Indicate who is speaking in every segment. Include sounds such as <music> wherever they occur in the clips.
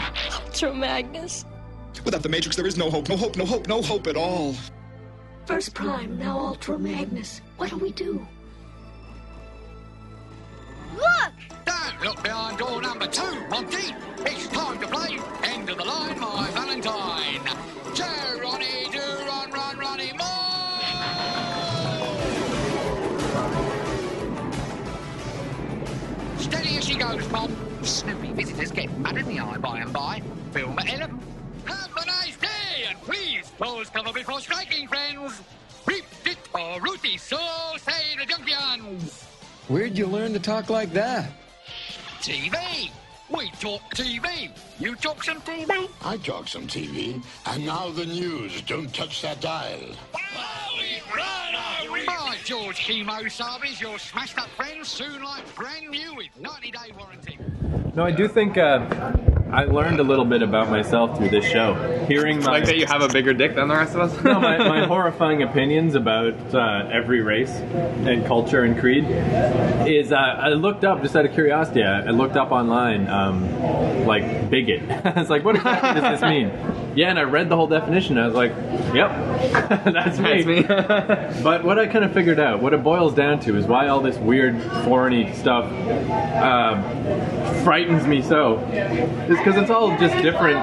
Speaker 1: Metro Magnus.
Speaker 2: Without the Matrix, there is no hope, no hope, no hope, no hope at all.
Speaker 1: First Prime, now Ultra Magnus. What do we do?
Speaker 3: Look!
Speaker 4: Don't look behind door number two, Monty. It's time to play End of the Line, My Valentine. Joe, Ronnie, do run, run, Ronnie, more! Steady as she goes, Bob. Snoopy visitors get mud in the eye by and by. Film at 11. Have a nice day, and please pause cover before striking, friends. Reap it or root it, so say the Junkians.
Speaker 5: Where'd you learn to talk like that?
Speaker 4: TV. We talk TV. You talk some TV.
Speaker 6: I talk some TV. And now the news. Don't touch that dial.
Speaker 4: Hi, George Chemo Sarvis, your smashed up friends, soon like brand new with 90 day warranty.
Speaker 7: No, I do think uh, I learned a little bit about myself through this show. Hearing my
Speaker 8: Like that you have a bigger dick than the rest of us?
Speaker 7: no,
Speaker 8: <laughs>
Speaker 7: my, my horrifying opinions about uh, every race and culture and creed is uh, I looked up just out of curiosity. I, I looked up online, um, like bigot. <laughs> I was like, what exactly does this mean? Yeah, and I read the whole definition. I was like, yep, <laughs> that's me.
Speaker 8: That's me.
Speaker 7: but what I kind of figured out, what it boils down to, is why all this weird, foreigny stuff uh, frightens me so. Is because it's all just different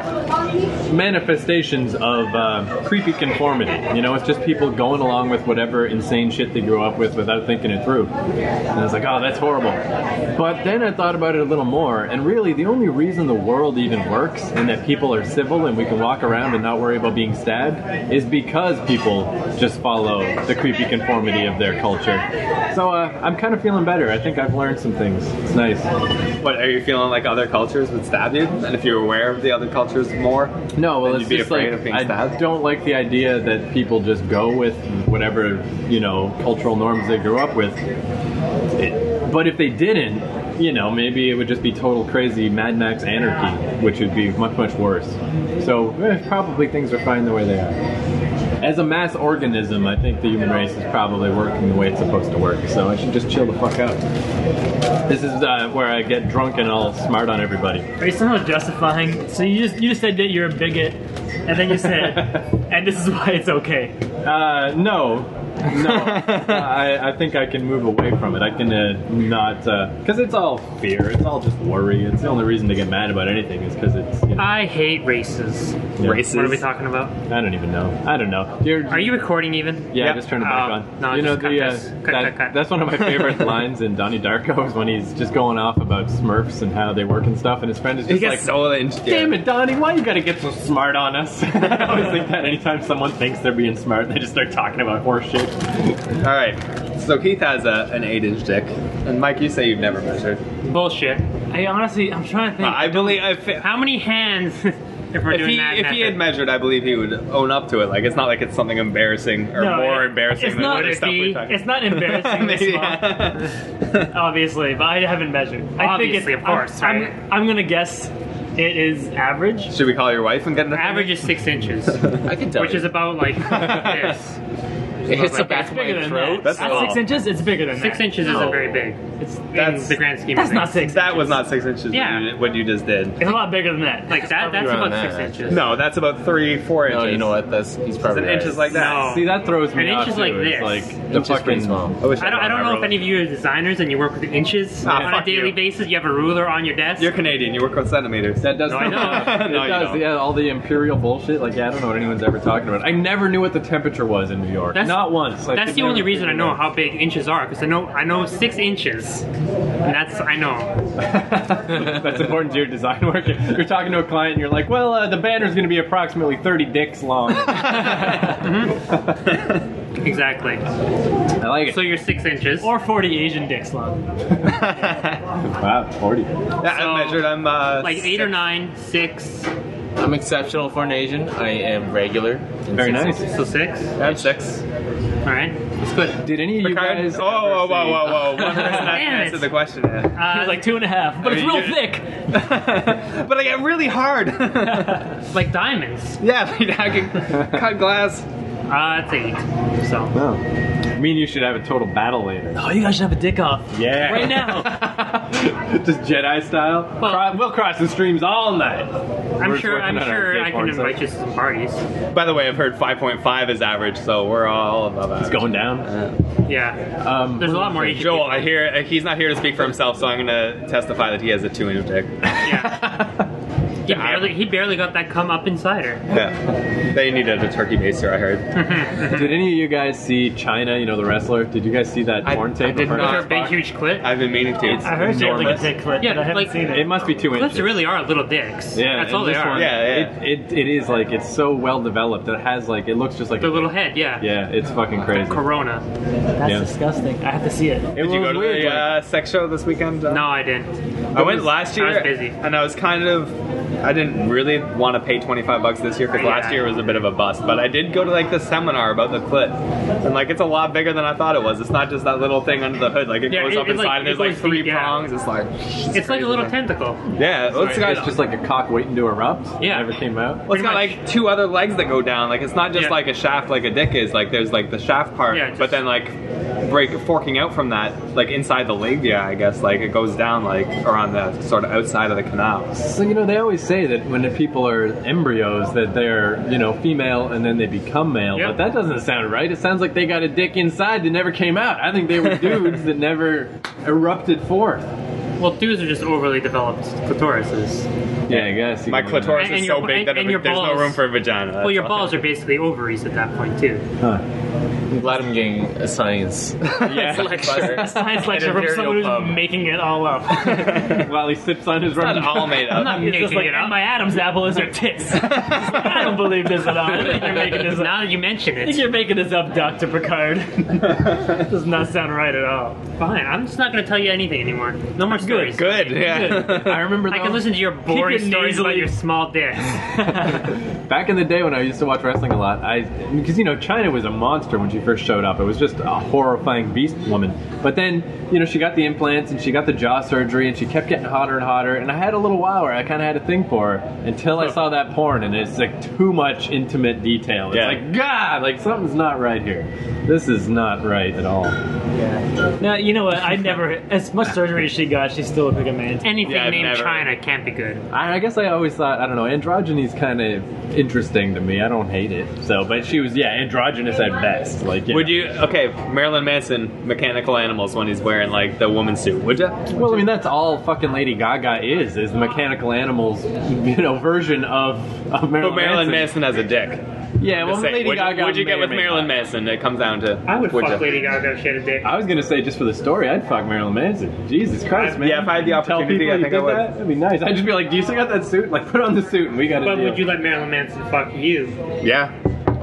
Speaker 7: manifestations of uh, creepy conformity. You know, it's just people going along with whatever insane shit they grew up with without thinking it through. And it's like, oh, that's horrible. But then I thought about it a little more, and really, the only reason the world even works and that people are civil and we can walk around and not worry about being stabbed is because people just follow the creepy conformity of their culture. So uh, I'm kind of feeling better. I think I've learned some things. It's nice.
Speaker 8: What, are you feeling like other cultures would stab you? And if you're aware of the other cultures more?
Speaker 7: No, well,
Speaker 8: then
Speaker 7: it's
Speaker 8: you'd be
Speaker 7: just
Speaker 8: afraid
Speaker 7: like
Speaker 8: of being
Speaker 7: I
Speaker 8: stabbed?
Speaker 7: don't like the idea that people just go with whatever you know cultural norms they grew up with. It, but if they didn't, you know, maybe it would just be total crazy Mad Max anarchy, which would be much much worse. So eh, probably things are fine the way they are. As a mass organism, I think the human race is probably working the way it's supposed to work. So I should just chill the fuck out. This is uh, where I get drunk and all smart on everybody.
Speaker 9: Are you somehow justifying? So you just you just said that you're a bigot, and then you said,
Speaker 7: <laughs>
Speaker 9: and this is why it's okay.
Speaker 7: Uh, no.
Speaker 8: <laughs>
Speaker 7: no, I, I think I can move away from it. I can uh, not because it's all fear. It's all just worry. It's the only reason to get mad about anything is because it's. You know,
Speaker 9: I hate races.
Speaker 7: Yeah.
Speaker 8: Races.
Speaker 9: What are we talking about?
Speaker 7: I don't even know. I don't know. You're,
Speaker 9: Are you recording even?
Speaker 7: Yeah,
Speaker 8: Yep.
Speaker 7: just turn it back
Speaker 9: Oh,
Speaker 7: on.
Speaker 9: no,
Speaker 7: you know
Speaker 9: just cut
Speaker 7: the uh,
Speaker 9: this. Cut,
Speaker 7: that-
Speaker 9: cut, cut.
Speaker 7: that's one of
Speaker 9: <laughs>
Speaker 7: my favorite lines in Donnie Darko is when he's just going off about Smurfs and how they work and stuff, and his friend is
Speaker 8: He
Speaker 7: just
Speaker 8: gets
Speaker 7: like,
Speaker 8: so lynched.
Speaker 7: Damn it, Donnie, why you gotta get so smart on us? <laughs> I always think that anytime someone thinks they're being smart, they just start talking about horse shit.
Speaker 8: Alright, so Keith has a, an 8 inch dick. And Mike, you say you've never measured.
Speaker 7: oh.
Speaker 9: Bullshit. I honestly, I'm trying to think.
Speaker 8: But I believe if, if,
Speaker 9: How many hands? <laughs> if we're doing
Speaker 8: he,
Speaker 9: that,
Speaker 8: if he had
Speaker 9: method?
Speaker 8: measured, I believe he would own up to it. Like, it's not like it's something embarrassing or
Speaker 9: No,
Speaker 8: more
Speaker 9: it-
Speaker 8: embarrassing
Speaker 9: it's
Speaker 8: than
Speaker 9: not-
Speaker 8: other
Speaker 9: would it
Speaker 8: stuff
Speaker 9: be-
Speaker 8: we're talking
Speaker 9: it's not
Speaker 7: <laughs>
Speaker 9: embarrassing
Speaker 8: <laughs>
Speaker 9: this
Speaker 8: Maybe,
Speaker 9: month.
Speaker 8: yeah.
Speaker 9: obviously, but I haven't measured. I think
Speaker 10: Obviously,
Speaker 9: it's,
Speaker 10: of course,
Speaker 9: I'm,
Speaker 10: right?
Speaker 9: I'm, I'm gonna guess it is average.
Speaker 8: Should we call your wife and get an opinion?
Speaker 10: Average is six
Speaker 9: <laughs>
Speaker 10: inches,
Speaker 8: I can tell
Speaker 10: which is about like this.
Speaker 8: it hits the
Speaker 10: like,
Speaker 8: back
Speaker 10: it's
Speaker 8: of
Speaker 9: Bigger
Speaker 8: my
Speaker 9: than
Speaker 8: throat.
Speaker 9: that.
Speaker 8: That's
Speaker 9: At six
Speaker 8: all.
Speaker 9: inches, it's bigger than
Speaker 10: Six
Speaker 9: that.
Speaker 10: inches
Speaker 8: No.
Speaker 10: isn't very big.
Speaker 9: It's
Speaker 8: That's-
Speaker 10: in the grand scheme.
Speaker 9: that's
Speaker 10: of things.
Speaker 9: not six.
Speaker 8: That
Speaker 9: inches.
Speaker 8: was not six inches.
Speaker 10: Yeah.
Speaker 8: What, you, what you just did.
Speaker 9: It's a lot bigger than that.
Speaker 10: Like that. That's
Speaker 9: Probably-
Speaker 10: about
Speaker 11: around
Speaker 10: six
Speaker 11: there,
Speaker 10: inches.
Speaker 8: No, that's about three, four
Speaker 7: Oh,
Speaker 8: inches.
Speaker 11: No, you know what? That's he's
Speaker 8: It's
Speaker 11: probably
Speaker 8: an
Speaker 11: right.
Speaker 8: inch is like that.
Speaker 10: No.
Speaker 7: See, that throws me
Speaker 10: An inch
Speaker 7: off
Speaker 10: is
Speaker 7: too.
Speaker 10: like
Speaker 7: it's
Speaker 10: this.
Speaker 7: like the
Speaker 11: Inch is
Speaker 7: fucking Oh,
Speaker 11: pretty small.
Speaker 8: I wish
Speaker 10: I don't, I don't know if any of you are designers and you work with inches
Speaker 8: Ah,
Speaker 10: on a
Speaker 8: fuck
Speaker 10: daily
Speaker 8: you.
Speaker 10: basis. You have a ruler on your desk.
Speaker 8: You're Canadian. You work with centimeters.
Speaker 7: That does.
Speaker 10: <laughs> No, I know.
Speaker 7: It
Speaker 8: No, you
Speaker 7: does.
Speaker 8: don't.
Speaker 7: Yeah, all the imperial bullshit. Like, yeah, I don't know what anyone's ever talking about. I never knew what the temperature was in New York.
Speaker 10: That's-
Speaker 7: Not once. Like,
Speaker 10: that's
Speaker 7: I
Speaker 10: the only
Speaker 7: never
Speaker 10: reason I
Speaker 7: figured
Speaker 10: know
Speaker 7: it out.
Speaker 10: how big inches are because I know I know six inches, and that's I know.
Speaker 7: <laughs> that's important to your design work. You're talking to a client, and you're like, "Well, uh, the banner's going to be approximately 30 dicks long." <laughs>
Speaker 10: Exactly.
Speaker 7: I like it.
Speaker 10: So you're six inches.
Speaker 9: Or 40 Asian dicks long.
Speaker 7: wow, 40.
Speaker 8: Yeah,
Speaker 10: So,
Speaker 8: I measured. I'm uh,
Speaker 10: like eight or nine, six,
Speaker 11: I'm exceptional for an Asian. I am regular.
Speaker 7: Very nice.
Speaker 10: so six.
Speaker 8: I'm six.
Speaker 10: All right, that's good.
Speaker 7: Did any of you
Speaker 8: Ricard-
Speaker 7: guys?
Speaker 8: oh, whoa,
Speaker 7: ever
Speaker 8: whoa,
Speaker 7: see-
Speaker 8: whoa, whoa! One person hasn't
Speaker 10: Damn it.
Speaker 8: answered the question yet.
Speaker 10: Uh,
Speaker 9: It's like two and a half, but
Speaker 8: I
Speaker 9: it's
Speaker 8: mean,
Speaker 9: real
Speaker 8: you-
Speaker 9: thick.
Speaker 8: but I get really hard. <laughs>
Speaker 10: like diamonds.
Speaker 8: yeah, I can cut glass.
Speaker 10: Uh, it's eight. So.
Speaker 7: No. I mean, you should have a total battle later.
Speaker 9: Oh, you guys should have a dick off.
Speaker 7: Yeah.
Speaker 9: Right now.
Speaker 7: <laughs> Just Jedi style.
Speaker 10: Well-
Speaker 7: Cro- we'll cross the streams all night.
Speaker 10: I'm
Speaker 7: We're
Speaker 10: sure.
Speaker 7: working
Speaker 10: I'm
Speaker 7: on our
Speaker 10: sure
Speaker 7: gay
Speaker 10: I can
Speaker 7: porn site.
Speaker 10: invite you to some parties.
Speaker 8: By the way, I've heard 5.5 is average, so we're all above average.
Speaker 7: It's going down.
Speaker 10: Yeah.
Speaker 7: Um,
Speaker 10: <laughs> There's a lot more. You
Speaker 8: Joel, I hear uh, he's not here to speak for himself, so I'm going to testify that he has a two-inch dick.
Speaker 10: Yeah. He barely, he barely got that come up insider.
Speaker 8: yeah, they needed a turkey baster. I heard.
Speaker 7: Did any of you guys see China? You know the wrestler. Did you guys see that
Speaker 8: I-
Speaker 7: porn
Speaker 8: I
Speaker 7: tape? of
Speaker 8: did
Speaker 7: her?
Speaker 8: not.
Speaker 10: Her big huge clit.
Speaker 8: I've been meaning to.
Speaker 9: I heard you have like a
Speaker 8: Enormous.
Speaker 9: dick clip,
Speaker 10: Yeah,
Speaker 9: but I haven't
Speaker 10: like-
Speaker 9: seen it.
Speaker 7: It must be two
Speaker 10: Clits
Speaker 7: inches.
Speaker 10: really are little dicks.
Speaker 7: Yeah,
Speaker 10: That's all
Speaker 7: and
Speaker 10: they
Speaker 7: this
Speaker 10: are.
Speaker 7: one,
Speaker 8: Yeah, yeah.
Speaker 7: It, it, it is like it's so well developed. It has like it looks just like a
Speaker 10: The little head. Yeah.
Speaker 7: <laughs> Yeah, it's fucking crazy.
Speaker 10: Corona.
Speaker 9: That's
Speaker 7: Yeah.
Speaker 9: disgusting. I have to see it.
Speaker 7: It
Speaker 8: Did you
Speaker 7: was
Speaker 8: go to
Speaker 7: weird,
Speaker 8: the
Speaker 7: like-
Speaker 8: uh, sex show this weekend? uh, John?
Speaker 10: No, I didn't.
Speaker 8: I went last
Speaker 10: I
Speaker 8: year.
Speaker 10: was busy.
Speaker 8: and I was kind of. I didn't really want to pay 25 bucks this year because last
Speaker 10: Yeah.
Speaker 8: year was a bit of a bust. But I did go to like the seminar about the clit, and like it's a lot bigger than I thought it was. It's not just that little thing under the hood. Like it
Speaker 10: Yeah,
Speaker 8: goes
Speaker 10: it-
Speaker 8: up
Speaker 10: it,
Speaker 8: inside,
Speaker 10: like,
Speaker 8: and
Speaker 10: it
Speaker 8: there's like
Speaker 10: goes
Speaker 8: three
Speaker 10: deep, yeah.
Speaker 8: prongs. It's like
Speaker 10: It's, like a little tentacle.
Speaker 8: yeah, well, it's got
Speaker 7: It's just like a cock waiting to erupt. It
Speaker 10: Yeah.
Speaker 7: never came out.
Speaker 8: well, it's
Speaker 10: pretty
Speaker 8: got
Speaker 10: much.
Speaker 8: like two other legs that go down. Like it's not just
Speaker 10: Yeah.
Speaker 8: like a shaft like a dick is. Like there's like the shaft part,
Speaker 10: Yeah, just-
Speaker 8: but then like break forking out from that like inside the labia, I guess. Like it goes down like around the sort of outside of the canal.
Speaker 7: So you know they always say that when the people are embryos that they're you know female and then they become male,
Speaker 10: Yeah.
Speaker 7: but that doesn't sound right. It sounds like they got a dick inside that never came out. I think they were dudes that never erupted forth.
Speaker 10: Well, dudes are just overly developed clitorises.
Speaker 7: Yeah, I guess you
Speaker 8: My
Speaker 7: can-
Speaker 8: clitoris
Speaker 10: And-
Speaker 8: is
Speaker 10: and
Speaker 8: so
Speaker 10: your-
Speaker 8: big that
Speaker 10: and- and
Speaker 8: it-
Speaker 10: your
Speaker 8: there's no
Speaker 10: balls.
Speaker 8: room for a vagina.
Speaker 10: Well, your
Speaker 8: That's
Speaker 10: balls are basically ovaries at that point
Speaker 9: <laughs>
Speaker 10: too.
Speaker 7: Huh.
Speaker 11: I'm glad I'm getting a science.
Speaker 8: <laughs> Yeah.
Speaker 11: lecture.
Speaker 9: A science lecture
Speaker 11: An
Speaker 9: from someone who's
Speaker 11: imperial pub.
Speaker 9: making it all <laughs> up.
Speaker 7: <laughs> While he sips on his rum.
Speaker 8: not
Speaker 7: <laughs>
Speaker 8: all made up.
Speaker 10: I'm not
Speaker 9: It's
Speaker 10: making
Speaker 9: just like,
Speaker 10: it up.
Speaker 9: and my Adam's apple is her <laughs>
Speaker 10: <laughs>
Speaker 9: tits. I don't believe this at all. I think you're making this up.
Speaker 10: now that you mention
Speaker 9: I think
Speaker 10: it,
Speaker 9: you're making this up, Dr. <laughs> Picard. Does not sound right at all.
Speaker 10: fine. I'm just not going to tell you anything anymore. No more stories.
Speaker 8: good. Yeah.
Speaker 7: I remember.
Speaker 10: I
Speaker 7: though-
Speaker 10: can listen to your boring
Speaker 9: your
Speaker 10: stories about
Speaker 9: nasally-
Speaker 10: your small dicks.
Speaker 7: Back in the day when I used to watch wrestling a lot, I because you know China was a monster when she first showed up. It was just a horrifying beast woman. But then you know she got the implants and she got the jaw surgery and she kept getting hotter and hotter. And I had a little while where I kind of had a thing for her until I saw that porn and it's like too much intimate detail. It's
Speaker 8: Yeah.
Speaker 7: like God, like something's not right here. This is not right at all.
Speaker 9: <laughs> Now, you know what? I never, as much surgery as she got, she still looked like a man.
Speaker 10: Anything
Speaker 8: Yeah, I've
Speaker 10: named
Speaker 8: never-
Speaker 10: China can't be good.
Speaker 7: I, I guess I always thought I don't know androgyny's kind of interesting to me. I don't hate it. So, but she was yeah androgynous at best. Like you know.
Speaker 8: Would you? Okay, Marilyn Manson, mechanical animals when he's wearing like the woman suit. Would you?
Speaker 7: Well, I mean, that's all fucking Lady Gaga is, is the mechanical animals, you know, version of, of Marilyn,
Speaker 8: But Marilyn
Speaker 7: Manson.
Speaker 8: Manson has a dick.
Speaker 7: Yeah, well,
Speaker 8: Just saying.
Speaker 7: Lady
Speaker 8: would,
Speaker 7: Gaga.
Speaker 8: would you
Speaker 7: may
Speaker 8: get
Speaker 7: or
Speaker 8: with
Speaker 7: may
Speaker 8: Marilyn
Speaker 7: not.
Speaker 8: Manson? It comes down to.
Speaker 10: I would fuck
Speaker 8: ya?
Speaker 10: Lady Gaga if she had a dick.
Speaker 7: I was gonna say just for the story, I'd fuck Marilyn Manson. Jesus Christ, man!
Speaker 8: yeah, if I had the
Speaker 7: tell
Speaker 8: opportunity,
Speaker 7: people
Speaker 8: I
Speaker 7: you
Speaker 8: think I
Speaker 7: did
Speaker 8: would.
Speaker 7: That, that'd be nice. I'd just be like, "Do you still got that suit? Like, put on the suit, and we got to." <laughs>
Speaker 10: But would you let Marilyn Manson fuck you?
Speaker 8: Yeah.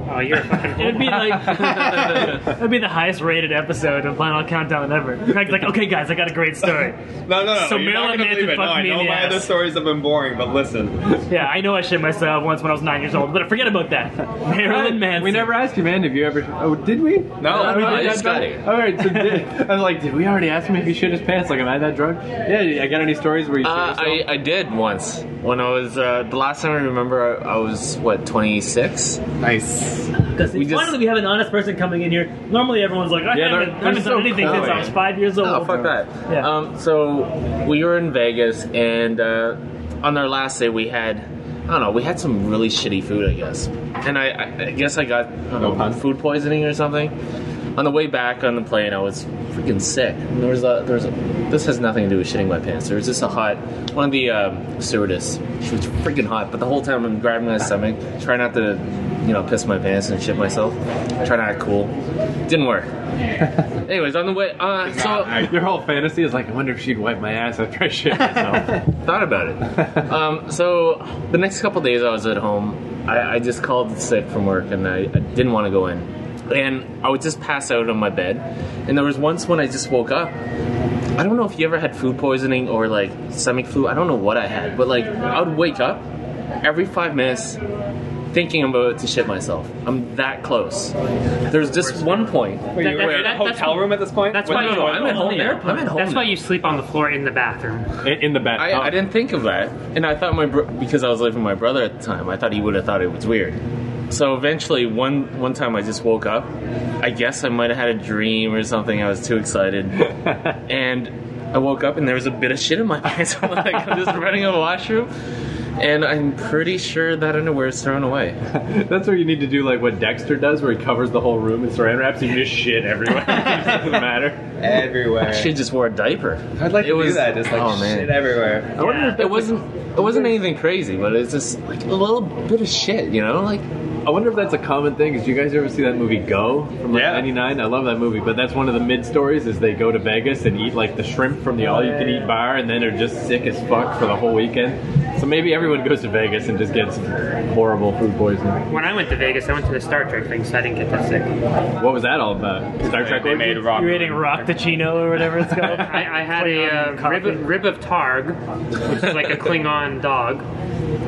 Speaker 10: Oh, you're a
Speaker 9: <laughs>
Speaker 10: fucking.
Speaker 9: It'd be
Speaker 7: <laughs>
Speaker 10: <laughs>
Speaker 9: like, <laughs> it'd be the highest rated episode of Final Countdown ever. Craig's like, okay, guys, I got a great story.
Speaker 8: No, no, no.
Speaker 9: So
Speaker 8: you're not
Speaker 9: Marilyn
Speaker 8: gonna
Speaker 9: Manson
Speaker 8: believe it. No,
Speaker 9: fucked
Speaker 8: I
Speaker 9: me in
Speaker 8: know
Speaker 9: the
Speaker 8: my
Speaker 9: ass.
Speaker 8: other stories have been boring, but
Speaker 11: Uh,
Speaker 8: listen.
Speaker 9: Yeah, I know I shit myself once when I was nine years old, but forget about
Speaker 7: <laughs>
Speaker 9: that. Marilyn Manson.
Speaker 7: We never asked you, man. Have you ever? Oh, did we?
Speaker 8: No,
Speaker 7: we
Speaker 11: no,
Speaker 7: did
Speaker 11: I just
Speaker 7: that
Speaker 11: got
Speaker 7: drunk?
Speaker 11: it.
Speaker 7: All right, so did, <laughs> I was like, did we already ask him if he shit his pants? Like, am I that drunk? Yeah. I got any stories where you? shit
Speaker 11: Uh,
Speaker 7: yourself?
Speaker 11: I, I did once when I was uh, the last time I remember I, I was what 26.
Speaker 8: Nice.
Speaker 9: Because
Speaker 11: We just-
Speaker 9: finally we have an honest person coming in here. Normally everyone's like, I
Speaker 7: Yeah, they're-
Speaker 9: haven't, I haven't done
Speaker 7: they're so
Speaker 9: anything since I was
Speaker 7: coy.
Speaker 9: five years old.
Speaker 11: Oh fuck that.
Speaker 9: Yeah.
Speaker 11: Um, so we were in Vegas and uh, on our last day we had I don't know we had some really shitty food I guess and I, I, I guess I got I don't
Speaker 7: No
Speaker 11: know,
Speaker 7: pun.
Speaker 11: food poisoning or something. On the way back on the plane I was freaking sick. And there was a there was a, this has nothing to do with shitting my pants. There was just a hot one of the um, stewardess. She was freaking hot, but the whole time I'm grabbing my stomach, trying not to you know piss my pants and shit myself, trying to act cool. Didn't work. Anyways, on the way, uh, so
Speaker 7: Your whole fantasy is like, I wonder if she'd wipe my ass after I shit myself.
Speaker 11: <laughs> thought about
Speaker 7: <laughs>
Speaker 11: it. um, so the next couple days I was at home, I, I just called sick from work and I, I didn't want to go in. And I would just pass out on my bed. And there was once when I just woke up. I don't know if you ever had food poisoning or like stomach flu. I don't know what I had, but like I would wake up every five minutes thinking I'm about to shit myself. I'm that close. There's just one point.
Speaker 8: Wait, you
Speaker 10: that-
Speaker 8: were in a
Speaker 10: that- that's-
Speaker 8: hotel room at this point?
Speaker 10: that's
Speaker 8: With
Speaker 10: why
Speaker 8: no
Speaker 10: you-
Speaker 8: toilet?
Speaker 11: I'm at home now. I'm at home
Speaker 10: That's
Speaker 11: now.
Speaker 10: why you sleep on the floor in the bathroom.
Speaker 7: in, in the bed.
Speaker 11: I, I didn't think of that, and I thought my bro- because I was living with my brother at the time, I thought he would have thought it was weird. So eventually, one one time I just woke up. I guess I might have had a dream or something. I was
Speaker 3: <laughs>
Speaker 11: too excited, and I woke up and there was a bit of shit in my <laughs> pants. I'm like, I'm just running to the washroom, and I'm pretty sure that underwear is thrown away.
Speaker 7: <laughs> That's where you need to do like what Dexter does, where he covers the whole room in saran wraps and you just shit everywhere. <laughs> it doesn't matter.
Speaker 11: I
Speaker 3: everywhere.
Speaker 11: should have just wore a diaper.
Speaker 3: I'd like
Speaker 11: It
Speaker 3: to
Speaker 11: was-
Speaker 3: do that. Just like
Speaker 11: oh, man.
Speaker 3: shit everywhere.
Speaker 11: I wonder if it wasn't it wasn't anything crazy, but it's just like a little bit of shit, you know? Like
Speaker 7: I wonder if that's a common thing. Is you guys ever see that movie Go from like
Speaker 8: Yeah.
Speaker 7: '99? I love that movie, but that's one of the mid stories. Is they go to Vegas and eat like the shrimp from
Speaker 11: Oh,
Speaker 7: the all-you-can-eat bar, and then are just sick as fuck for the whole weekend. So maybe everyone goes to Vegas and just gets horrible food poisoning.
Speaker 10: When I went to Vegas, I went to the Star Trek thing, so I didn't get that sick.
Speaker 7: What was that all about? Star Trek.
Speaker 8: They
Speaker 7: orgy?
Speaker 8: made rock.
Speaker 9: You're eating Roctachino or whatever
Speaker 10: <laughs>
Speaker 9: it's called.
Speaker 10: I, I had
Speaker 9: Klingon
Speaker 10: a uh, rib,
Speaker 9: coffee.
Speaker 10: rib of targ, which
Speaker 9: <laughs>
Speaker 10: is like a Klingon dog,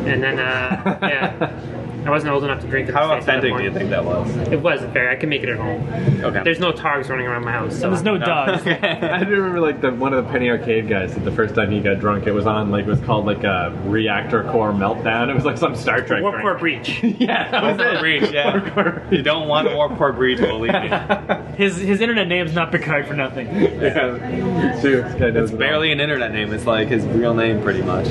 Speaker 10: and then uh, yeah, I wasn't old enough to drink. it in
Speaker 8: How
Speaker 10: the States at that
Speaker 8: authentic do you
Speaker 10: point.
Speaker 8: think that was?
Speaker 10: It was very. I can make it at home.
Speaker 8: Okay.
Speaker 10: There's no targs running around my house. So.
Speaker 9: There's no dogs.
Speaker 7: <laughs>
Speaker 10: <laughs>
Speaker 7: I do remember like the one of the Penny Arcade guys that the first time he got drunk, it was on like it was called like a reactor core meltdown. It was like some Star Trek.
Speaker 10: Warp
Speaker 7: drink.
Speaker 10: core
Speaker 8: <laughs>
Speaker 10: breach.
Speaker 7: Yeah, that was it.
Speaker 8: breach, yeah. you don't want more poor breed, believe me.
Speaker 9: His his internet name's not Picard for nothing.
Speaker 7: Yeah. Sure, this guy knows
Speaker 8: It's
Speaker 7: it all.
Speaker 8: barely an internet name. It's like his real name, pretty much.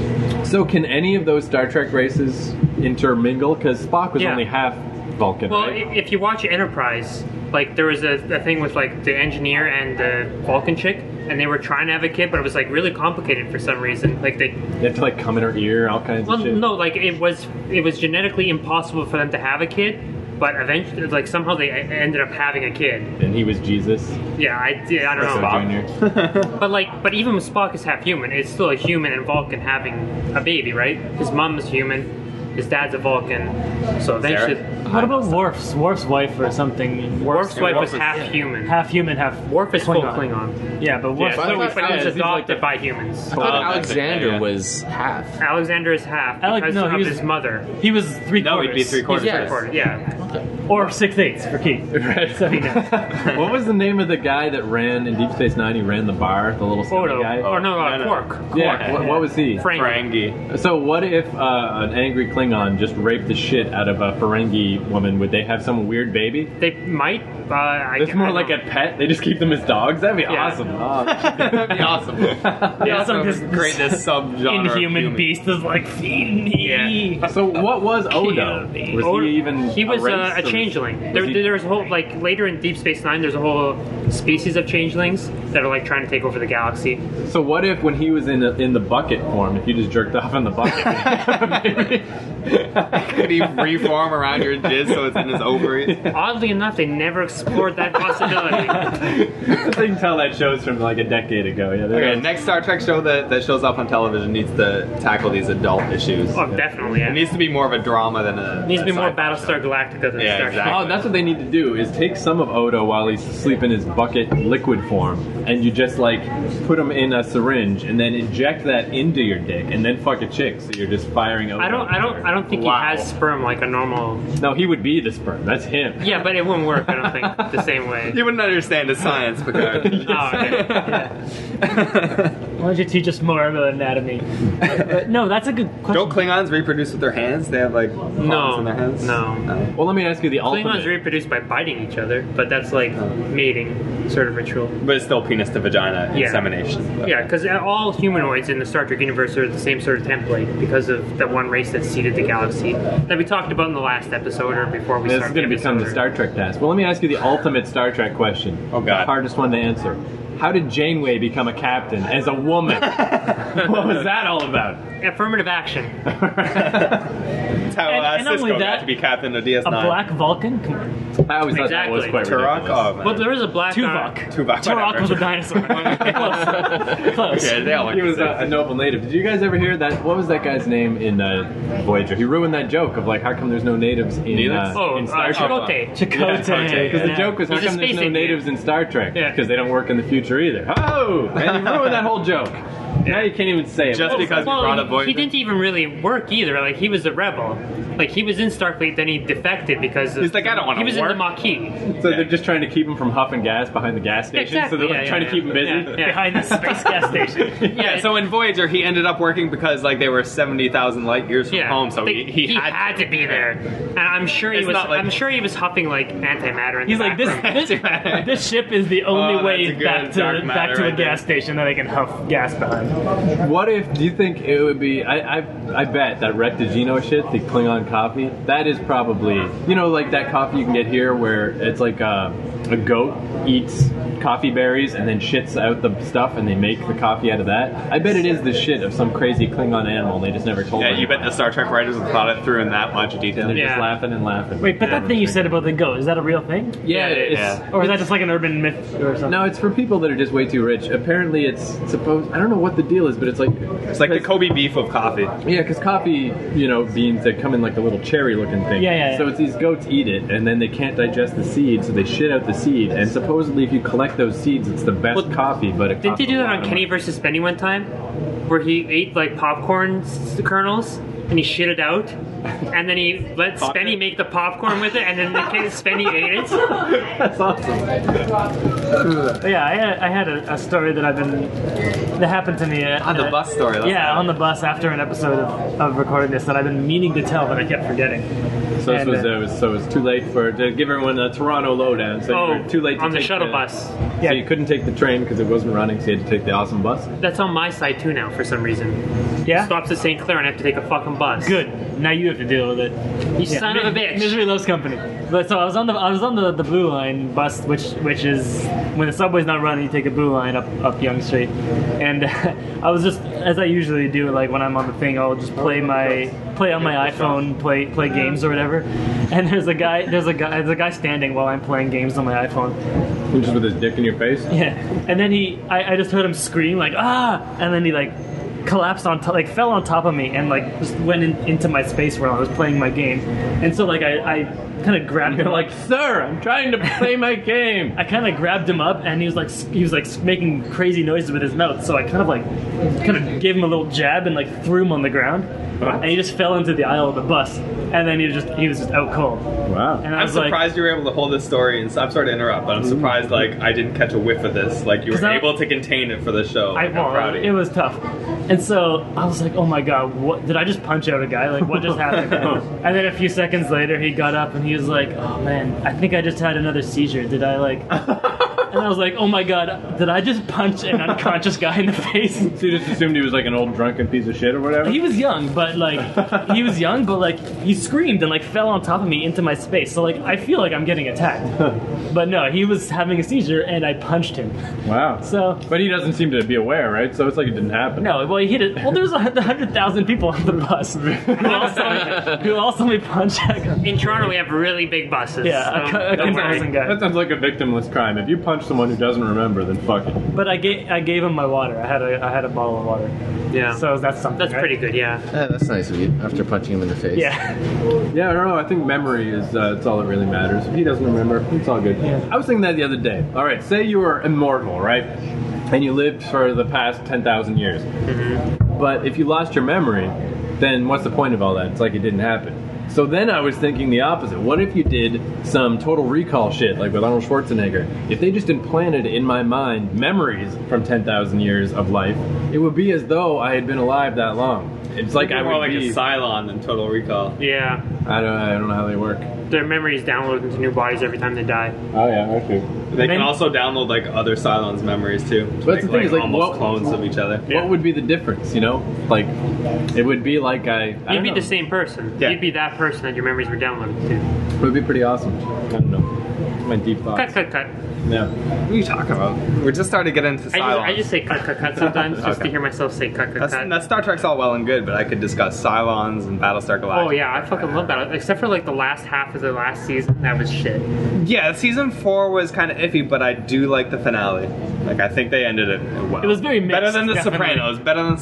Speaker 7: So can any of those Star Trek races intermingle? Because Spock was
Speaker 10: Yeah.
Speaker 7: only half Vulcan,
Speaker 10: Well, i-
Speaker 7: right?
Speaker 10: if you watch Enterprise, like there was a, a thing with like the engineer and the Vulcan chick, and they were trying to have a kid, but it was like really complicated for some reason. Like they,
Speaker 7: You have to like come in her ear, all kinds
Speaker 10: well,
Speaker 7: of shit.
Speaker 10: no, like it was it was genetically impossible for them to have a kid, but eventually, like somehow they e- ended up having a kid.
Speaker 7: And he was Jesus,
Speaker 10: Yeah, I, I don't know.
Speaker 7: so
Speaker 9: <laughs>
Speaker 7: Junior.
Speaker 10: But like, but even with Spock is half human, it's still a human and Vulcan having a baby, right? His mom's human, his dad's a Vulcan, so eventually,
Speaker 9: What about Worf's Worf's wife or something?
Speaker 10: Worf's wife was
Speaker 8: Worf is-
Speaker 10: half human.
Speaker 9: half human, half
Speaker 10: Worf is full
Speaker 9: Klingon.
Speaker 10: Klingon.
Speaker 9: Yeah, but Worf.
Speaker 10: Yeah, so
Speaker 11: thought-
Speaker 10: but
Speaker 11: yeah,
Speaker 10: he
Speaker 11: it
Speaker 10: was
Speaker 11: seems like
Speaker 10: adopted by humans.
Speaker 11: I thought
Speaker 8: Oh, that's it,
Speaker 11: Alexander
Speaker 8: yeah, yeah.
Speaker 11: was half.
Speaker 10: Alexander is half
Speaker 9: Alec-
Speaker 10: because
Speaker 9: no, he
Speaker 10: of
Speaker 9: was-
Speaker 10: his mother.
Speaker 9: He was three
Speaker 8: No,
Speaker 9: quarters.
Speaker 8: he'd be three quarters.
Speaker 11: Yes.
Speaker 8: right?
Speaker 7: <laughs>
Speaker 10: Or- yeah.
Speaker 9: or six eighths for Keith. So he knows.
Speaker 7: <laughs> what was the name of the guy that ran in Deep Space Nine? He ran the bar, the little skinny
Speaker 10: Odo.
Speaker 7: guy.
Speaker 9: Oh,
Speaker 10: Or no,
Speaker 8: No, no.
Speaker 10: uh, Quark.
Speaker 7: yeah, what, what was he?
Speaker 10: Frank.
Speaker 8: Ferengi.
Speaker 7: So what if uh, an angry Klingon just raped the shit out of a Ferengi woman? Would they have some weird baby?
Speaker 10: They might. Uh, I,
Speaker 7: It's more
Speaker 10: I
Speaker 7: like a
Speaker 10: don't-
Speaker 7: pet. They just keep them as dogs. That'd be
Speaker 10: Yeah.
Speaker 7: awesome. Oh,
Speaker 8: That'd be <laughs> awesome.
Speaker 9: Yeah,
Speaker 8: So
Speaker 9: some just
Speaker 8: create this subgenre. of
Speaker 9: inhuman
Speaker 8: human.
Speaker 9: beast is like <laughs> feed me.
Speaker 7: so what was Odo?
Speaker 9: Kill me.
Speaker 7: Was
Speaker 10: Odo-
Speaker 7: he even?
Speaker 10: He was
Speaker 7: race,
Speaker 10: uh,
Speaker 7: or
Speaker 10: a
Speaker 7: was-
Speaker 10: changeling.
Speaker 7: was
Speaker 10: There,
Speaker 7: he-
Speaker 10: there's a whole like later in Deep Space Nine. There's a whole species of changelings that are like trying to take over the <laughs> galaxy.
Speaker 7: So what if when he was in the, in the bucket form, if you just jerked off in the
Speaker 10: <laughs>
Speaker 7: <laughs> bucket?
Speaker 8: Could he reform around your jizz so it's in his <laughs> ovaries?
Speaker 10: Oddly enough, they never explored that possibility.
Speaker 7: I
Speaker 10: <laughs>
Speaker 7: can tell that show's from like a decade ago. Yeah. there
Speaker 8: Okay,
Speaker 7: goes.
Speaker 8: next Star Trek show that, that shows up on television needs to tackle these adult issues.
Speaker 10: oh, definitely. Yeah.
Speaker 8: It needs to be more of a drama than a.
Speaker 10: needs to be
Speaker 8: a
Speaker 10: more
Speaker 8: sci-fi
Speaker 10: Battlestar Galactica than
Speaker 8: Yeah,
Speaker 10: Star Trek.
Speaker 8: exactly.
Speaker 7: Oh, that's what they need to do is take some of Odo while he's asleep in his bucket liquid form, and you just like put him in a syringe and then inject that into your dick, and then fuck a chick. So you're just firing. Odo
Speaker 10: I don't. I don't. I don't think
Speaker 8: Wow.
Speaker 10: he has sperm like a normal.
Speaker 7: No, he would be the sperm. That's him.
Speaker 10: <laughs> Yeah, but it wouldn't work. I don't think <laughs> the same way.
Speaker 8: You wouldn't understand the science, Picard.
Speaker 10: Oh, <laughs> okay.
Speaker 9: Why don't you teach us more about
Speaker 10: <laughs>
Speaker 9: anatomy?
Speaker 10: Uh,
Speaker 9: But no, that's a good
Speaker 8: Don't
Speaker 9: question.
Speaker 8: Klingons reproduce with their hands? They have like palms
Speaker 10: No,
Speaker 8: in their hands.
Speaker 10: no.
Speaker 7: Well, let me ask you the ultimate.
Speaker 10: Klingons reproduce by biting each other, but that's like mating sort of ritual.
Speaker 8: But it's still penis to vagina
Speaker 10: Yeah.
Speaker 8: insemination.
Speaker 10: Yeah, because all humanoids in the Star Trek universe are the same sort of template because of that one race that seeded the galaxy that we talked about in the last episode or before we
Speaker 7: this is
Speaker 10: started.
Speaker 7: going to become the
Speaker 10: episode.
Speaker 7: Star Trek test. Well, let me ask you the ultimate Star Trek question.
Speaker 8: Oh, God.
Speaker 7: The hardest one to answer. How did Janeway become a captain as a
Speaker 10: <laughs>
Speaker 7: woman? what was that all about?
Speaker 10: Affirmative action.
Speaker 8: That's how
Speaker 9: And-
Speaker 8: uh,
Speaker 9: and not only
Speaker 8: Cisco got
Speaker 9: that,
Speaker 8: to be captain of DS9.
Speaker 9: A black Vulcan? Come on.
Speaker 7: I always thought that was
Speaker 10: Exactly.
Speaker 7: quite
Speaker 8: Turok?
Speaker 7: ridiculous.
Speaker 8: Oh, man.
Speaker 10: Well, there is a black uh,
Speaker 9: Tuvok.
Speaker 8: Tuvok,
Speaker 9: Tuvok
Speaker 8: whatever.
Speaker 9: was a
Speaker 7: <laughs>
Speaker 9: dinosaur. Close.
Speaker 8: <laughs>
Speaker 9: Close.
Speaker 8: Okay, they all look
Speaker 7: He was uh,
Speaker 8: the
Speaker 7: a,
Speaker 8: same.
Speaker 7: a noble native. Did you guys ever hear that? What was that guy's name in uh, Voyager? He ruined that joke of like, how come there's no natives in, uh,
Speaker 10: Oh,
Speaker 7: in
Speaker 10: uh,
Speaker 7: Star Trek?
Speaker 10: Chakotay.
Speaker 9: Chakotay.
Speaker 8: Chakotay,
Speaker 7: Because the
Speaker 9: Yeah.
Speaker 7: joke was, how
Speaker 10: He's a
Speaker 7: come there's
Speaker 10: space
Speaker 7: no
Speaker 10: Indian.
Speaker 7: natives in Star Trek?
Speaker 10: Yeah.
Speaker 7: Because they don't work in the future either. Oh, and you ruined that whole joke. Now you can't even say it.
Speaker 8: Just because you
Speaker 12: Oh, Well,
Speaker 8: brought up
Speaker 12: he-
Speaker 8: Voyager.
Speaker 12: he didn't even really work either. Like he was a rebel. Like he was in Starfleet, then he defected because of,
Speaker 8: He's like, I don't wanna
Speaker 12: He was in
Speaker 8: work.
Speaker 12: the Maquis.
Speaker 7: so they're just trying to keep him from huffing gas behind the gas station.
Speaker 12: Exactly.
Speaker 7: So they're like,
Speaker 12: yeah,
Speaker 7: trying
Speaker 12: yeah,
Speaker 7: to keep him busy.
Speaker 12: yeah. Yeah, yeah.
Speaker 10: behind the
Speaker 7: <laughs>
Speaker 10: space gas station.
Speaker 12: Yeah,
Speaker 8: Yeah, so in Voyager, he ended up working because like they were seventy thousand light years from
Speaker 12: yeah.
Speaker 8: home, so
Speaker 12: They-
Speaker 8: he, he, had,
Speaker 12: to. be there, and I'm sure he
Speaker 8: It's
Speaker 12: was.
Speaker 8: not like-
Speaker 12: I'm sure he was huffing like antimatter. In
Speaker 10: He's
Speaker 12: the
Speaker 10: like this.
Speaker 12: background. <laughs>
Speaker 10: This, this ship is the only
Speaker 8: Oh,
Speaker 10: way
Speaker 8: that's a good
Speaker 10: back to
Speaker 8: dark matter
Speaker 10: back to a
Speaker 8: right there.
Speaker 10: gas station that they can huff gas behind.
Speaker 7: What if? Do you think it would be? I I, I bet that Rectigino shit, the Klingon coffee, that is probably you know like that coffee you can get here where it's like a, a goat eats coffee berries and then shits out the stuff and they make the coffee out of that. I bet it is the shit of some crazy Klingon animal. They just never told.
Speaker 8: Yeah, you
Speaker 7: anyone.
Speaker 8: bet the Star Trek writers thought it through in that much detail.
Speaker 7: They're
Speaker 12: Yeah.
Speaker 7: just laughing and laughing.
Speaker 10: Wait, but that thing you said about the goat is that a real thing,
Speaker 7: yeah, it's.
Speaker 8: yeah.
Speaker 10: or is that just like an urban myth or something?
Speaker 7: No, it's for people that are just way too rich. Apparently, it's supposed. I don't know what the deal is, but it's like
Speaker 8: It's like the Kobe beef of coffee.
Speaker 7: Yeah, because coffee, you know, beans that come in like a little cherry-looking thing.
Speaker 10: Yeah, yeah, yeah.
Speaker 7: So it's these goats eat it, and then they can't digest the seed, so they shit out the seed. And supposedly, if you collect those seeds, it's the best
Speaker 12: Well,
Speaker 7: coffee. But it
Speaker 12: Didn't they
Speaker 7: costs
Speaker 12: do
Speaker 7: a
Speaker 12: that
Speaker 7: lot
Speaker 12: on
Speaker 7: of
Speaker 12: Kenny
Speaker 7: money.
Speaker 12: versus Benny one time, where he ate like popcorn s- kernels and he shit it out, and then he let
Speaker 8: Pop
Speaker 12: Spenny
Speaker 8: it.
Speaker 12: make the popcorn with it, and then the kid Spenny ate it.
Speaker 7: <laughs> That's awesome.
Speaker 10: <laughs> Yeah, I had, I had a, a story that I've been that happened to me uh,
Speaker 8: On Ah, the
Speaker 10: uh,
Speaker 8: bus story, that's
Speaker 10: Yeah,
Speaker 8: right.
Speaker 10: on the bus after an episode of, of recording this that I've been meaning to tell, but I kept forgetting.
Speaker 7: So this
Speaker 10: And,
Speaker 7: was,
Speaker 10: uh,
Speaker 7: uh, was so it was too late for to give everyone a Toronto lowdown. So you
Speaker 12: Oh,
Speaker 7: were too late to
Speaker 12: on the
Speaker 7: take
Speaker 12: shuttle bus.
Speaker 7: So
Speaker 10: Yeah.
Speaker 7: you couldn't take the train because it wasn't running, so you had to take the awesome bus.
Speaker 12: That's on my side too now for some reason.
Speaker 10: Yeah?
Speaker 12: Stops at St. Clair and I have to take a fucking bus.
Speaker 10: Good. Now you have to deal with it.
Speaker 12: You son of a bitch.
Speaker 10: Misery loves company. But so I was on the I was on the, the blue line bus, which which is when the subway's not running, you take a blue line up up Young Street, and <laughs> I was just as I usually do, like when I'm on the thing, I'll just play my play on my iPhone, play play games or whatever. And there's a guy there's a guy there's a guy standing while I'm playing games on my iPhone,
Speaker 7: Just with his dick in your face.
Speaker 10: yeah, and then he, I, I just heard him scream like ah, and then he like collapsed on top, like fell on top of me, and like just went in, into my space where I was playing my game, and so like I, I kind of grabbed him like
Speaker 7: Sir, I'm trying to play my game.
Speaker 10: <laughs> I kind of grabbed him up, and he was like s- he was like s- making crazy noises with his mouth, so I kind of like kind of gave him a little jab and like threw him on the ground, and he just fell into the aisle of the bus, and then he was just he was just out cold,
Speaker 7: Wow.
Speaker 10: and I
Speaker 8: I'm
Speaker 10: was like.
Speaker 8: surprised you were able to hold this story, and so- I'm sorry to interrupt,
Speaker 7: Mm.
Speaker 8: but I'm surprised like I didn't catch a whiff of this. Like you
Speaker 10: 'Cause
Speaker 8: were
Speaker 10: I-
Speaker 8: able to contain it for the show.
Speaker 10: I
Speaker 8: I'm proud
Speaker 10: well,
Speaker 8: of
Speaker 10: it
Speaker 8: you.
Speaker 10: was tough, and so I was like, "Oh my god, what did I just punch out a guy? Like, what
Speaker 8: <laughs>
Speaker 10: just happened?" and then a few seconds later, he got up and he was like, "Oh man, I think I just had another seizure. Did
Speaker 8: <laughs>
Speaker 10: I like?" and I was like, "Oh my god, did I just punch an unconscious guy in the face?"
Speaker 7: So you just assumed he was like an old drunken piece of shit or whatever.
Speaker 10: He was young, but like he was young, but like he screamed and like fell on top of me into my space. So like I feel like I'm getting attacked, but no, he was having a seizure and I punched him.
Speaker 7: Wow.
Speaker 10: So
Speaker 7: But he doesn't seem to be aware, right? So it's like it didn't happen.
Speaker 10: No, well, he hit it. Well, there's a hundred thousand people on the
Speaker 8: <laughs>
Speaker 10: bus who also who also may punch a guy.
Speaker 12: In Toronto, we have really big buses.
Speaker 10: Yeah, a,
Speaker 12: so
Speaker 10: co- a
Speaker 12: don't worry.
Speaker 10: convulsing guy.
Speaker 7: That sounds like a victimless crime. If you punch someone who doesn't remember, then fuck it.
Speaker 10: But I gave I gave him my water. I had a I had a bottle of water.
Speaker 12: Yeah.
Speaker 10: So that's something.
Speaker 12: that's
Speaker 10: right?
Speaker 12: pretty good, yeah.
Speaker 11: Yeah, that's nice of you after punching him in the face.
Speaker 10: Yeah.
Speaker 7: Yeah, I don't know. I think memory is uh, it's all that really matters. If he doesn't remember, it's all good.
Speaker 10: Yeah.
Speaker 7: I was thinking that the other day. All right, say you were immortal, right? And you lived for the past 10,000 years.
Speaker 8: Mm-hmm.
Speaker 7: But if you lost your memory, then what's the point of all that? It's like it didn't happen. So then I was thinking the opposite. What if you did some total recall shit, like with Arnold Schwarzenegger? If they just implanted in my mind memories from 10,000 years of life, it would be as though I had been alive that long. It's like I
Speaker 8: more
Speaker 7: would
Speaker 8: like
Speaker 7: be.
Speaker 8: a Cylon than Total Recall.
Speaker 12: Yeah.
Speaker 7: I don't. I don't know how they work.
Speaker 12: Their memories download into new bodies every time they die.
Speaker 7: Oh yeah, okay.
Speaker 8: They can
Speaker 10: Then-
Speaker 8: also download like other Cylons' memories too. to
Speaker 7: the
Speaker 8: make,
Speaker 7: thing is, like,
Speaker 8: almost
Speaker 7: what-
Speaker 8: clones of each other.
Speaker 7: What would be the difference? You know, like it would be like I. I
Speaker 12: You'd
Speaker 7: don't
Speaker 12: be
Speaker 7: know.
Speaker 12: the same person.
Speaker 8: Yeah.
Speaker 12: You'd be that person that your memories were downloaded to.
Speaker 7: It would be pretty awesome. I don't know. My deep
Speaker 12: Cut,
Speaker 7: thoughts.
Speaker 12: cut, cut.
Speaker 7: Yeah.
Speaker 8: What are you talking about? We're just starting to get into
Speaker 12: I
Speaker 8: Cylons.
Speaker 12: just, I just say cut, cut, cut sometimes just to
Speaker 8: Okay.
Speaker 12: hear myself say cut, cut,
Speaker 8: That's,
Speaker 12: cut.
Speaker 8: that Star Trek's all well and good, but I could discuss Cylons and Battlestar Galactica.
Speaker 12: Oh yeah, I fucking love that. Except for like the last half of the last season, that was shit.
Speaker 8: Yeah, season four was kind of iffy, but I do like the finale. Like, I think they ended it well.
Speaker 10: It was very
Speaker 8: Better
Speaker 10: mixed,
Speaker 8: than The
Speaker 10: definitely. Mm-hmm.
Speaker 8: Sopranos. Better than The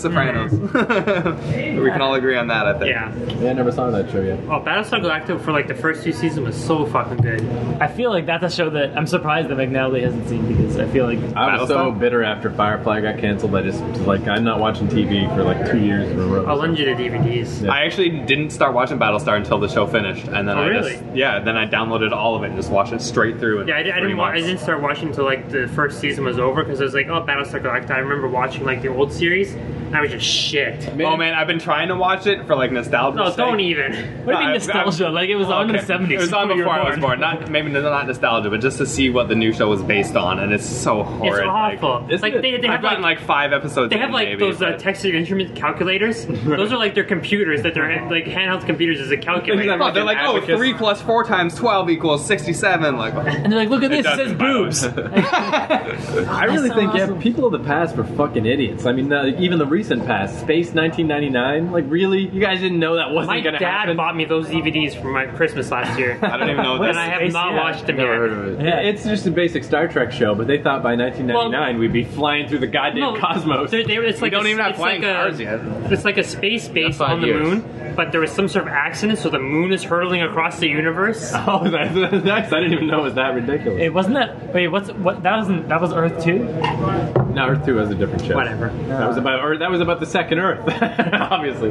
Speaker 8: Sopranos. <laughs> we can all agree on that, I think.
Speaker 12: Yeah.
Speaker 7: yeah. I never saw that show yet.
Speaker 12: Oh, Battlestar Galactica for like the first two seasons was so fucking good.
Speaker 10: I feel like
Speaker 9: that's a show that I'm surprised that McNally hasn't seen because I feel like
Speaker 7: I was so bitter after Firefly got canceled. I just was like, I'm not watching TV for like two years in a row.
Speaker 10: I'll lend you the DVDs.
Speaker 7: Yeah.
Speaker 8: I actually didn't start watching Battlestar until the show finished, and then
Speaker 10: Oh,
Speaker 8: I
Speaker 10: really?
Speaker 8: just yeah, then I downloaded all of it and just watched it straight through. In
Speaker 10: Yeah, I, di- I
Speaker 8: three
Speaker 10: didn't. Wa- I
Speaker 8: months.
Speaker 10: didn't start watching until like the first season was over because I was like, oh, Battlestar Galactica. I remember watching like the old series, and I was just shit.
Speaker 8: Oh man, I've been trying to watch it for like nostalgia.
Speaker 10: No,
Speaker 8: sake.
Speaker 10: don't even.
Speaker 9: What do you
Speaker 8: No,
Speaker 9: mean
Speaker 8: I-
Speaker 9: nostalgia?
Speaker 8: I-
Speaker 9: like it was on in the
Speaker 8: Okay.
Speaker 9: '70s.
Speaker 8: It was on
Speaker 9: when you were
Speaker 8: before I was born. Not maybe not nostalgia, but just to see what the new show was based on, and it's so
Speaker 10: It's
Speaker 8: horrid.
Speaker 10: awful.
Speaker 8: Like,
Speaker 10: It's like
Speaker 8: I've
Speaker 10: they, they have like,
Speaker 8: gotten like five episodes.
Speaker 10: they have
Speaker 8: in,
Speaker 10: like
Speaker 8: maybe,
Speaker 10: those uh,
Speaker 8: but-
Speaker 10: texture instrument calculators. those are like their computers that they're like handheld computers as a calculator.
Speaker 8: Exactly. They're like, oh,
Speaker 11: Abacus.
Speaker 8: three plus four times twelve equals sixty-seven. Like, oh,
Speaker 9: and they're like, look at
Speaker 8: it
Speaker 9: this, it says
Speaker 8: doesn't matter.
Speaker 9: boobs.
Speaker 7: I really
Speaker 9: so
Speaker 7: think
Speaker 9: awesome.
Speaker 7: yeah, people of the past were fucking idiots. I mean, uh, even the recent past, Space 1999. Like, really, you guys didn't know that wasn't
Speaker 10: My
Speaker 7: gonna
Speaker 10: dad
Speaker 7: happen.
Speaker 10: bought me those DVDs for my Christmas last year,
Speaker 8: I don't even know. What this
Speaker 10: and I have
Speaker 9: Space-
Speaker 10: not
Speaker 9: yeah,
Speaker 10: watched them
Speaker 11: Never
Speaker 10: yet.
Speaker 11: heard of it.
Speaker 7: Yeah, it's just a basic Star Trek show, but they thought by 1999 we'd be flying through the goddamn
Speaker 10: No,
Speaker 7: <laughs> cosmos.
Speaker 10: They're, they're- it's like
Speaker 8: don't
Speaker 10: a,
Speaker 8: even have
Speaker 10: it's
Speaker 8: flying
Speaker 10: like a,
Speaker 8: cars yet.
Speaker 10: It's like a space base
Speaker 11: five
Speaker 10: on the
Speaker 11: years.
Speaker 10: moon, but there was some sort of accident, so the moon is hurtling across the universe.
Speaker 7: Oh, that's, that's nice. I didn't even know it was that ridiculous.
Speaker 9: It wasn't that. Wait, what's what? That wasn't. That was Earth Two.
Speaker 7: no, Earth Two was a different show.
Speaker 10: Whatever.
Speaker 7: That was about, or that was about the second Earth, <laughs> obviously.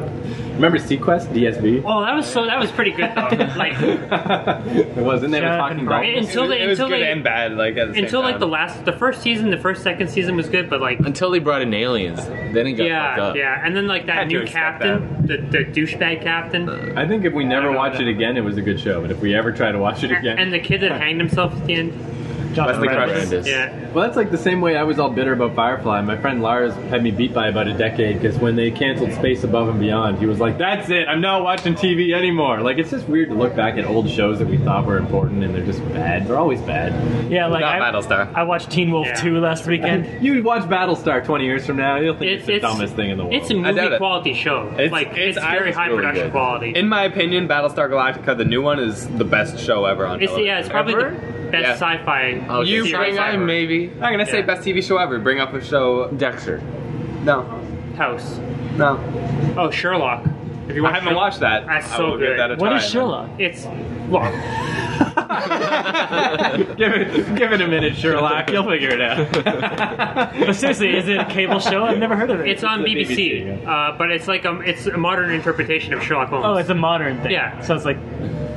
Speaker 7: Remember Sequest, DSB?
Speaker 10: Oh, that was so. That was pretty good though. Like
Speaker 7: <laughs> it was, and they were
Speaker 9: Shut
Speaker 7: talking
Speaker 9: the
Speaker 7: dolphins.
Speaker 10: until they
Speaker 8: it was
Speaker 10: until
Speaker 8: good
Speaker 10: they
Speaker 8: and bad. Like at the same
Speaker 10: until like
Speaker 8: time.
Speaker 10: the last, the first season, the first second season was good, but like
Speaker 11: Until they brought in aliens, then it got fucked
Speaker 10: yeah,
Speaker 11: up.
Speaker 10: yeah, and then like that
Speaker 8: Had to
Speaker 10: new
Speaker 8: accept
Speaker 10: captain, the, the douchebag captain,
Speaker 7: I think if we never
Speaker 10: know
Speaker 7: watch
Speaker 10: that.
Speaker 7: it again, it was a good show. But if we ever try to watch it again,
Speaker 10: and the kid that hanged himself at the end.
Speaker 8: Wesley
Speaker 11: Horrendous.
Speaker 8: Crusher.
Speaker 10: Yeah,
Speaker 7: Well, that's like the same way I was all bitter about Firefly. My friend Lars had me beat by about a decade because when they canceled Space Above and Beyond, he was like, "That's it. I'm not watching TV anymore." Like, it's just weird to look back at old shows that we thought were important and they're just bad. They're always bad.
Speaker 9: Yeah, like
Speaker 8: Not
Speaker 9: I,
Speaker 8: Battlestar.
Speaker 9: I watched Teen Wolf
Speaker 10: Yeah.
Speaker 9: Two last weekend.
Speaker 7: And <laughs> you watch Battlestar 20 years from now, you'll think
Speaker 10: It-
Speaker 7: it's, the dumbest thing in the world.
Speaker 10: It's a
Speaker 8: doubt
Speaker 10: movie
Speaker 8: it.
Speaker 10: quality show.
Speaker 8: It's-
Speaker 10: like
Speaker 8: it's-
Speaker 10: it's,
Speaker 8: I
Speaker 10: very
Speaker 8: was
Speaker 10: high
Speaker 11: really
Speaker 10: production
Speaker 11: good.
Speaker 10: quality.
Speaker 8: <laughs> In my opinion, Battlestar Galactica, the new one, is the best show ever on
Speaker 10: it's
Speaker 8: television.
Speaker 10: yeah, it's probably
Speaker 8: Ever?
Speaker 10: the best
Speaker 8: Yeah.
Speaker 10: sci-fi.
Speaker 11: Oh,
Speaker 8: You
Speaker 10: series
Speaker 8: bring
Speaker 10: ever.
Speaker 8: on maybe. I'm gonna say
Speaker 10: Yeah.
Speaker 8: best TV show ever. Bring up a show.
Speaker 11: Dexter.
Speaker 8: No,
Speaker 10: House.
Speaker 8: no.
Speaker 10: Oh, Sherlock. If you
Speaker 8: I haven't
Speaker 10: Sherlock-
Speaker 8: watched that.
Speaker 10: That's
Speaker 8: I
Speaker 10: so
Speaker 8: will give
Speaker 10: good.
Speaker 8: that a
Speaker 9: Ah, What
Speaker 8: try.
Speaker 9: is Sherlock?
Speaker 10: It's well,
Speaker 7: <laughs> give it, give it a minute, Sherlock. You'll figure it out.
Speaker 9: <laughs> But seriously, is it a cable show? I've never heard of it.
Speaker 10: it's on
Speaker 7: It's on
Speaker 10: BBC,
Speaker 7: BBC,
Speaker 10: uh, but it's like um, it's a modern interpretation of Sherlock Holmes.
Speaker 9: oh, it's a modern thing.
Speaker 10: Yeah.
Speaker 9: So it's like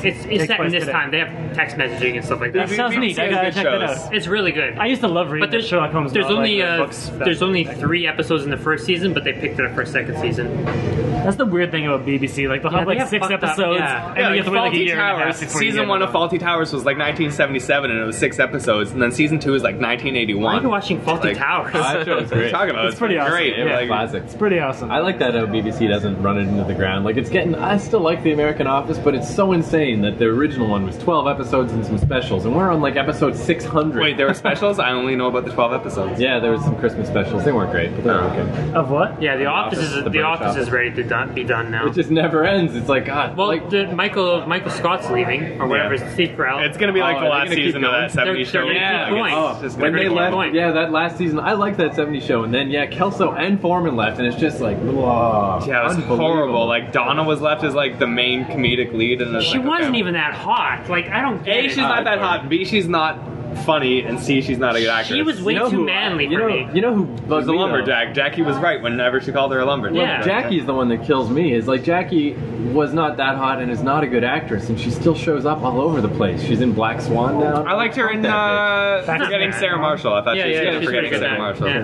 Speaker 10: it's, it's
Speaker 9: Take
Speaker 10: set in
Speaker 9: place
Speaker 10: this
Speaker 9: today.
Speaker 10: time. They have text messaging and stuff like
Speaker 9: that
Speaker 10: that.
Speaker 9: sounds
Speaker 8: BBC
Speaker 9: neat. I
Speaker 8: has
Speaker 9: gotta
Speaker 8: good
Speaker 9: check
Speaker 8: shows.
Speaker 9: that out.
Speaker 10: It's really good.
Speaker 9: I used to love reading
Speaker 10: but
Speaker 9: the
Speaker 10: there's
Speaker 9: Sherlock Holmes.
Speaker 10: There's
Speaker 9: novels,
Speaker 10: only
Speaker 9: like, the
Speaker 10: uh,
Speaker 9: books.
Speaker 10: there's only three episodes in the first season, but they picked it up for a second season.
Speaker 9: That's the weird thing about BBC. Like they'll
Speaker 10: Yeah,
Speaker 9: have
Speaker 10: they
Speaker 9: like
Speaker 10: have
Speaker 9: six
Speaker 10: fucked up-
Speaker 9: episodes,
Speaker 10: yeah.
Speaker 9: and
Speaker 8: Yeah,
Speaker 9: you
Speaker 8: like
Speaker 9: have to wait like a
Speaker 8: Faulty
Speaker 9: year and a half
Speaker 8: Towers.
Speaker 9: before you
Speaker 8: Season
Speaker 9: get
Speaker 8: one
Speaker 9: them.
Speaker 8: of Faulty Towers was like 1977, and it was six episodes, and then season two is like 1981.
Speaker 10: Why are you watching Faulty
Speaker 8: Like-
Speaker 10: Towers?
Speaker 7: that show
Speaker 8: <laughs>
Speaker 7: was
Speaker 8: What are you
Speaker 7: great.
Speaker 8: talking about?
Speaker 9: It's pretty awesome.
Speaker 8: great.
Speaker 7: It was
Speaker 8: Like,
Speaker 7: classic.
Speaker 9: It's pretty awesome.
Speaker 7: I like that uh, how BBC doesn't run it into the ground. Like it's getting. I still like the American Office, but it's so insane that the original one was 12 episodes and some specials, and we're on like episode 600.
Speaker 8: Wait, there were specials? I only know about the 12
Speaker 7: <laughs>
Speaker 8: episodes.
Speaker 7: yeah, there was some Christmas specials. They weren't great, but they were okay.
Speaker 9: of what?
Speaker 10: yeah, the,
Speaker 7: The
Speaker 10: office,
Speaker 7: Office,
Speaker 10: is
Speaker 7: the
Speaker 10: the,
Speaker 7: British
Speaker 10: office,
Speaker 7: Office.
Speaker 10: is ready to done, be done
Speaker 8: Oh.
Speaker 10: now.
Speaker 7: It just never ends. It's like God.
Speaker 10: well,
Speaker 7: like,
Speaker 10: the, Michael Michael Scott's leaving or whatever.
Speaker 8: Yeah.
Speaker 10: Steve Carell.
Speaker 8: It's gonna be like
Speaker 7: Oh,
Speaker 8: the
Speaker 7: are they
Speaker 8: last
Speaker 7: gonna keep
Speaker 8: season of
Speaker 7: going?
Speaker 8: that 70s
Speaker 10: They're-
Speaker 8: show.
Speaker 10: they're gonna
Speaker 8: Yeah,
Speaker 10: keep
Speaker 8: like,
Speaker 10: going.
Speaker 8: it's just
Speaker 7: Oh, when
Speaker 8: gonna
Speaker 7: they
Speaker 8: keep
Speaker 7: left,
Speaker 10: going.
Speaker 7: yeah, that last season, I liked that 70s show, and then yeah, Kelso and Foreman left, and it's just like, whoa,
Speaker 8: Yeah, it was
Speaker 7: unbelievable.
Speaker 8: horrible. Like Donna was left as like the main comedic lead, and
Speaker 10: she wasn't even that hot. Like I don't get
Speaker 8: A,
Speaker 10: it.
Speaker 8: she's not that hot. B, she's not funny, and C, she's not a good actress.
Speaker 10: She was way
Speaker 7: You know
Speaker 10: too
Speaker 7: who-
Speaker 10: manly
Speaker 7: you know,
Speaker 10: for me.
Speaker 7: You know who bugs
Speaker 8: She's a
Speaker 7: me, though?
Speaker 8: lumberjack. Jackie was right whenever she called her a lumberjack.
Speaker 10: Yeah.
Speaker 7: Jackie's the one that kills me. Is like Jackie was not that hot and is not a good actress, and she still shows up all over the place. She's in Black Swan now.
Speaker 8: I liked her in uh,
Speaker 10: That's
Speaker 8: Forgetting
Speaker 10: not bad.
Speaker 8: Sarah Marshall. I thought
Speaker 10: yeah,
Speaker 8: she was
Speaker 10: yeah,
Speaker 8: good
Speaker 10: yeah,
Speaker 8: at
Speaker 10: she's pretty
Speaker 8: Forgetting
Speaker 10: good.
Speaker 8: Sarah
Speaker 10: at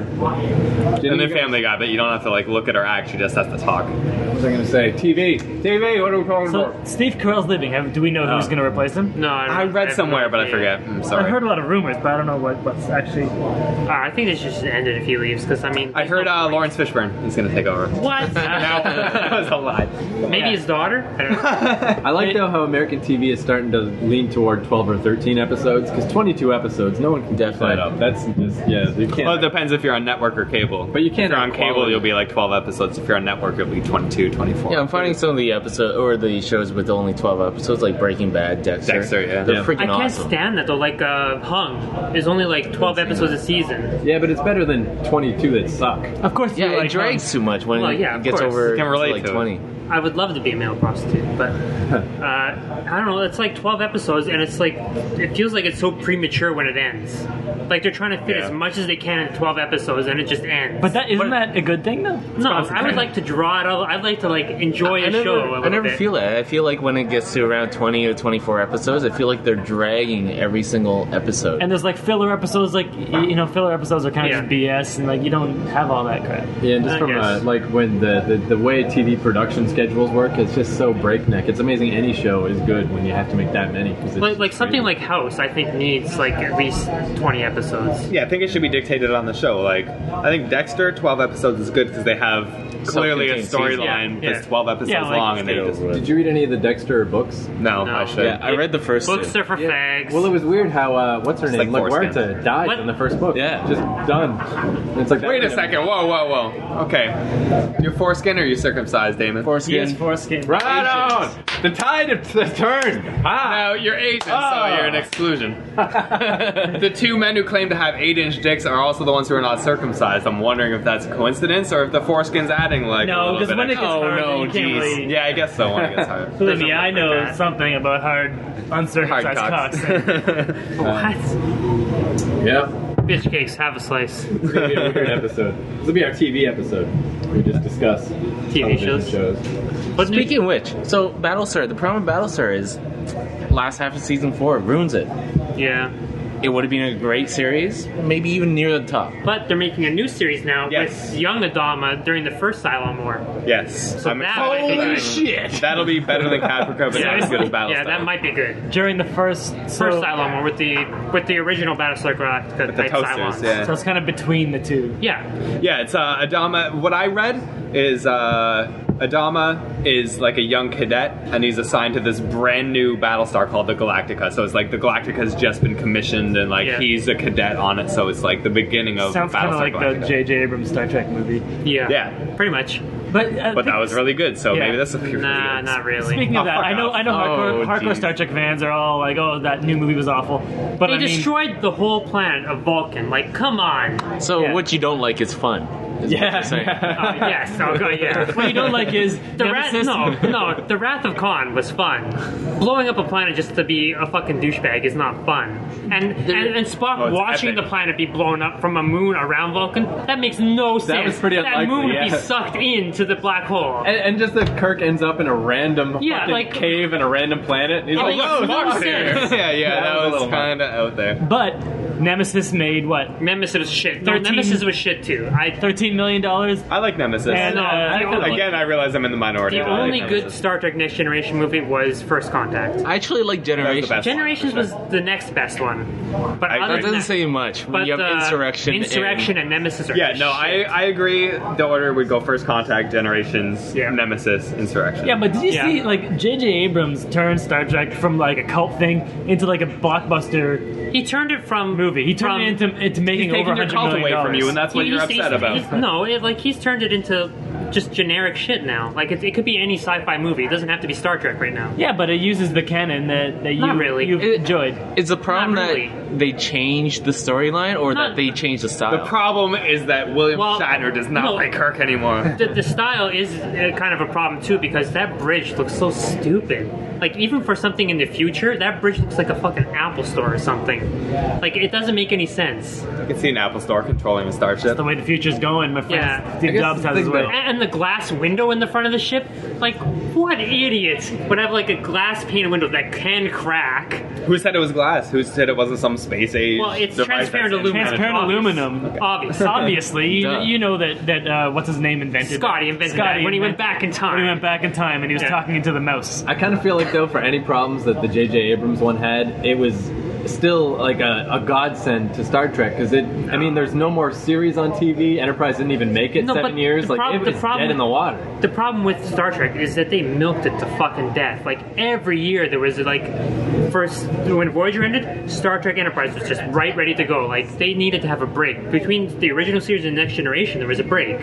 Speaker 10: it.
Speaker 8: Marshall.
Speaker 10: Yeah.
Speaker 8: And then Family Guy, but you don't have to like look at her act. She just has to talk.
Speaker 7: What was I going to say? TV, TV. What are we talking
Speaker 9: So
Speaker 7: about?
Speaker 9: Steve Carell's leaving. Have, do we know who's
Speaker 7: Oh.
Speaker 9: going to replace him?
Speaker 10: No, I,
Speaker 8: I read
Speaker 10: have
Speaker 8: somewhere,
Speaker 10: no
Speaker 8: but I
Speaker 10: idea.
Speaker 8: forget. I'm
Speaker 9: I heard
Speaker 8: sorry.
Speaker 9: a lot of rumors, but I don't know what, what's actually.
Speaker 10: Uh, I think they should just end it if he leaves, because I mean,
Speaker 8: I heard uh, Lawrence Fishburne is going to take over.
Speaker 10: what?
Speaker 8: <laughs> that was a lie.
Speaker 10: Maybe his daughter. I
Speaker 8: <laughs>
Speaker 10: don't know.
Speaker 7: I like though how American TV is starting to lean toward 12 or 13 episodes because 22 episodes, no one can def that up. That's just yeah, you can't.
Speaker 8: Well, it depends if you're on network or cable.
Speaker 7: But you can't
Speaker 8: If you're
Speaker 7: have
Speaker 8: on cable,
Speaker 7: quality.
Speaker 8: you'll be like 12 episodes. If you're on network, it'll be 22, 24.
Speaker 11: Yeah, I'm finding some of the episode or the shows with only 12 episodes, like Breaking Bad, Dexter.
Speaker 8: Dexter, yeah.
Speaker 11: They're
Speaker 7: Yeah.
Speaker 11: freaking
Speaker 10: I can't
Speaker 11: awesome.
Speaker 10: stand that though. Like uh, Hung is only like twelve episodes a season.
Speaker 7: yeah, but it's better than 22 that suck.
Speaker 9: Of course,
Speaker 11: yeah,
Speaker 9: you
Speaker 11: it
Speaker 9: like
Speaker 11: drags too much when
Speaker 10: Well, yeah,
Speaker 11: it
Speaker 10: of
Speaker 11: gets
Speaker 10: course.
Speaker 11: over
Speaker 8: You can
Speaker 11: to
Speaker 8: relate
Speaker 11: like
Speaker 8: to it.
Speaker 11: 20.
Speaker 10: I would love to be a male prostitute, but uh, I don't know. It's like twelve episodes, and it's like it feels like it's so premature when it ends. Like they're trying to fit
Speaker 9: Yeah.
Speaker 10: as much as they can in twelve episodes, and it just ends.
Speaker 9: But that isn't that a good thing though?
Speaker 10: no, I would like to draw it out. I'd like to like enjoy
Speaker 11: I
Speaker 10: a
Speaker 11: never,
Speaker 10: show. a
Speaker 11: I
Speaker 10: little
Speaker 11: never
Speaker 10: bit.
Speaker 11: feel that. I feel like when it gets to around 20 or 24 episodes, I feel like they're dragging every single episode.
Speaker 9: And there's like filler episodes, like y- you know, filler episodes are kind of just BS, and like you don't have all that crap.
Speaker 7: Yeah, and just
Speaker 9: I
Speaker 7: from uh,
Speaker 9: guess.
Speaker 7: like when the, the the way TV production schedules work, it's just so breakneck. It's amazing any show is good when you have to make that many. 'cause it's-
Speaker 10: Like, like something like House, I think needs like at least twenty episodes.
Speaker 8: Yeah, I think it should be dictated on the show. Like, I think Dexter, 12 episodes is good because they have clearly
Speaker 11: Self-contained
Speaker 8: a
Speaker 11: season.
Speaker 8: storyline
Speaker 11: Yeah.
Speaker 8: that's 12 episodes
Speaker 11: Yeah, like-
Speaker 8: long, and they just
Speaker 7: Did you read any of the Dexter books?
Speaker 8: No, I should.
Speaker 11: Yeah, I read the first two.
Speaker 10: for fags.
Speaker 7: Well, it was weird how uh, what's her
Speaker 11: It's
Speaker 7: name,
Speaker 11: like
Speaker 7: LaGuardia,
Speaker 11: foreskin.
Speaker 7: died in the first book. Yeah, just done. And it's like that
Speaker 8: Wait a
Speaker 7: would've-
Speaker 8: second! Whoa, whoa, whoa! Okay, you're foreskin or you circumcised, Damon?
Speaker 11: Foreskin.
Speaker 9: Yes, foreskin.
Speaker 8: Right on.
Speaker 11: The tide has turned. Ah.
Speaker 8: No, you're Asian, so
Speaker 11: Oh.
Speaker 8: you're
Speaker 9: <laughs>
Speaker 8: an exclusion. the two men who claim to have eight-inch dicks are also the ones who are not circumcised. I'm wondering if that's a coincidence or if the foreskin's adding like a
Speaker 9: No,
Speaker 8: little
Speaker 9: 'cause
Speaker 8: bit
Speaker 9: when it
Speaker 8: extra.
Speaker 9: gets
Speaker 8: oh
Speaker 9: hard,
Speaker 8: no,
Speaker 9: you can't
Speaker 8: jeez.
Speaker 9: really-
Speaker 8: Yeah, I guess so. When
Speaker 9: <laughs>
Speaker 8: it gets hard.
Speaker 9: Believe me, I know
Speaker 10: that.
Speaker 9: something about hard uncircumcised
Speaker 8: Hard cocks.
Speaker 9: cocks. what?
Speaker 7: Yeah,
Speaker 10: <laughs> Bitch cakes, have a slice.
Speaker 7: it's gonna be a weird episode. This will be our TV episode. where We just discuss
Speaker 10: TV
Speaker 7: television
Speaker 10: shows.
Speaker 11: But speaking of which, so Battlestar, the problem with Battlestar is last half of season four ruins it.
Speaker 10: Yeah.
Speaker 11: It would have been a great series, maybe even near the top.
Speaker 10: But they're making a new series now
Speaker 8: Yes.
Speaker 10: with young Adama during the first Cylon War.
Speaker 8: <laughs> Yes.
Speaker 10: So that might be good.
Speaker 8: That'll be better
Speaker 9: <laughs>
Speaker 8: than Capricorn, but not as good as Battlestar.
Speaker 10: yeah, that might be good.
Speaker 9: During the first
Speaker 10: First
Speaker 9: so,
Speaker 10: Cylon War with the with the original Battlestar Galactica
Speaker 8: the
Speaker 10: type
Speaker 8: toasters,
Speaker 10: Cylons.
Speaker 8: yeah.
Speaker 9: so it's kind of between the two.
Speaker 10: Yeah.
Speaker 8: Yeah, it's uh, Adama. What I read is uh, Adama is like a young cadet, and he's assigned to this brand new Battlestar called the Galactica. So it's like the Galactica's just been commissioned, and like
Speaker 10: Yeah.
Speaker 8: he's a cadet on it. So it's like the beginning of
Speaker 9: Sounds kind
Speaker 8: Oh, Battlestar
Speaker 9: of like
Speaker 8: Galactica.
Speaker 9: the J.J. Abrams Star Trek movie.
Speaker 10: Yeah.
Speaker 8: yeah,
Speaker 10: Pretty much.
Speaker 9: But I
Speaker 8: but
Speaker 9: think-
Speaker 8: that was really good. So
Speaker 9: Yeah.
Speaker 8: maybe this will be really
Speaker 10: Nah,
Speaker 8: good.
Speaker 10: not really.
Speaker 9: Speaking
Speaker 10: <laughs>
Speaker 8: Oh,
Speaker 9: of that,
Speaker 8: fuck
Speaker 9: I know
Speaker 8: off.
Speaker 9: I know hardcore,
Speaker 11: Oh,
Speaker 9: hardcore
Speaker 11: geez.
Speaker 9: Star Trek fans are all like, "Oh, that new movie was awful." But
Speaker 10: they
Speaker 9: I mean,
Speaker 10: destroyed the whole planet of Vulcan. Like, come
Speaker 9: <laughs>
Speaker 10: on.
Speaker 11: So
Speaker 9: Yeah.
Speaker 11: what you don't like is fun. is what
Speaker 9: Yeah.
Speaker 11: you're saying.
Speaker 10: Oh, yes. Oh, God, yeah.
Speaker 9: <laughs> what you don't like is
Speaker 10: The Wrath,
Speaker 9: Nemesis- <laughs>
Speaker 10: no, no, the Wrath of Khan was fun. Blowing up a planet just to be a fucking douchebag is not fun. And and, and Spock
Speaker 8: Oh, it's
Speaker 10: watching
Speaker 8: epic.
Speaker 10: the planet be blown up from a moon around Vulcan, that makes no sense.
Speaker 7: was pretty
Speaker 10: That
Speaker 7: unlikely,
Speaker 10: moon would
Speaker 7: yeah.
Speaker 10: be sucked into the black hole.
Speaker 7: And, and just that Kirk ends up in a random
Speaker 10: Yeah,
Speaker 7: fucking
Speaker 10: like-
Speaker 7: cave in a random planet. And he's
Speaker 10: Oh,
Speaker 7: like,
Speaker 10: yeah.
Speaker 7: "Oh,
Speaker 10: Mark's
Speaker 7: Spock's
Speaker 10: here."
Speaker 7: here."
Speaker 8: <laughs> yeah, yeah,
Speaker 7: That was a
Speaker 8: that was
Speaker 7: little hard.
Speaker 8: kind of out there.
Speaker 9: But Nemesis made what
Speaker 10: Nemesis was shit. No,
Speaker 9: 13
Speaker 10: Nemesis was shit too. I
Speaker 9: thirteen million dollars.
Speaker 8: I like Nemesis.
Speaker 9: And,
Speaker 10: No,
Speaker 9: uh,
Speaker 10: I don't like-
Speaker 8: Again, I realize I'm in the minority.
Speaker 10: the
Speaker 8: but I like
Speaker 10: only good
Speaker 8: Nemesis.
Speaker 10: Star Trek Next Generation movie was First Contact.
Speaker 11: I actually like
Speaker 8: That
Speaker 11: Generation.
Speaker 8: was the best one, for
Speaker 10: Generations
Speaker 8: sure.
Speaker 10: was the next best one, but
Speaker 8: I-
Speaker 10: other
Speaker 11: That
Speaker 10: than
Speaker 11: doesn't
Speaker 10: that-
Speaker 11: say much. When
Speaker 10: But
Speaker 11: you have
Speaker 10: uh,
Speaker 11: insurrection, and-
Speaker 10: insurrection, and Nemesis are
Speaker 8: Yeah, no, I, I agree. The order would go first contact, generations,
Speaker 10: Yeah.
Speaker 8: nemesis, insurrection.
Speaker 9: Yeah, but did you
Speaker 10: Yeah.
Speaker 9: see like J.J. Abrams turned Star Trek from like a cult thing into like a blockbuster
Speaker 10: He turned it from
Speaker 9: movie? He turned
Speaker 10: From-
Speaker 9: it into into making
Speaker 8: taking
Speaker 9: over
Speaker 8: your
Speaker 9: hundred
Speaker 8: cult
Speaker 9: million
Speaker 8: away
Speaker 9: dollars.
Speaker 8: from you, and that's what
Speaker 10: He-
Speaker 8: you're
Speaker 10: he's-
Speaker 8: upset
Speaker 10: he's-
Speaker 9: <laughs>
Speaker 8: about.
Speaker 10: No, it, like he's turned it into just generic shit now. Like it, it could be any sci-fi movie. It doesn't have to be Star Trek right now.
Speaker 9: yeah, but it uses the canon that that you
Speaker 10: Not really.
Speaker 9: you've
Speaker 11: It-
Speaker 9: enjoyed.
Speaker 11: It's the problem
Speaker 10: Not really.
Speaker 11: that they changed the storyline or
Speaker 10: Not-
Speaker 11: that they changed the style.
Speaker 8: The problem is that William
Speaker 10: Well,
Speaker 8: Shatner does not
Speaker 10: no.
Speaker 8: play
Speaker 9: <laughs>
Speaker 8: Kirk anymore.
Speaker 10: The, the style is uh, kind of a problem too because that bridge looks so stupid. Like even for something in the future, that bridge looks like a fucking Apple store or something. Like it doesn't make any sense.
Speaker 8: I can see an Apple Store controlling a starship.
Speaker 9: The way the future's going, my friend.
Speaker 10: Yeah.
Speaker 7: I
Speaker 9: Steve
Speaker 7: guess
Speaker 9: Jobs
Speaker 7: the
Speaker 9: has his
Speaker 7: thing
Speaker 9: way.
Speaker 7: that-
Speaker 10: And the glass window in the front of the ship, like what idiots would have like a glass pane window that can crack?
Speaker 8: Who said it was glass? Who said it wasn't some space age?
Speaker 10: Well, it's
Speaker 8: device
Speaker 10: transparent
Speaker 8: that's
Speaker 10: aluminum.
Speaker 9: Transparent
Speaker 10: Obvious.
Speaker 9: aluminum. <laughs>
Speaker 10: Obvious,
Speaker 9: Obviously, you,
Speaker 11: Duh.
Speaker 9: you know that that uh, what's his name invented.
Speaker 10: Scotty invented that when he went back in time.
Speaker 9: When he went back in time, and he was
Speaker 10: Yeah.
Speaker 9: talking into the mouse.
Speaker 7: I kind of feel like though, for any problems that the J.J. Abrams one had, it was still like a, a godsend to Star Trek because it. I mean, there's no more series on TV. Enterprise didn't even make it
Speaker 10: No,
Speaker 7: seven
Speaker 10: but
Speaker 7: years.
Speaker 10: the
Speaker 7: Like
Speaker 10: prob-
Speaker 7: it
Speaker 10: the
Speaker 7: was
Speaker 10: problem-
Speaker 7: dead in the water.
Speaker 10: The problem with Star Trek is that they milked it to fucking death. Like every year there was like first when Voyager ended, Star Trek Enterprise was just right ready to go. Like they needed to have a break. Between the original series and Next Generation there was a break.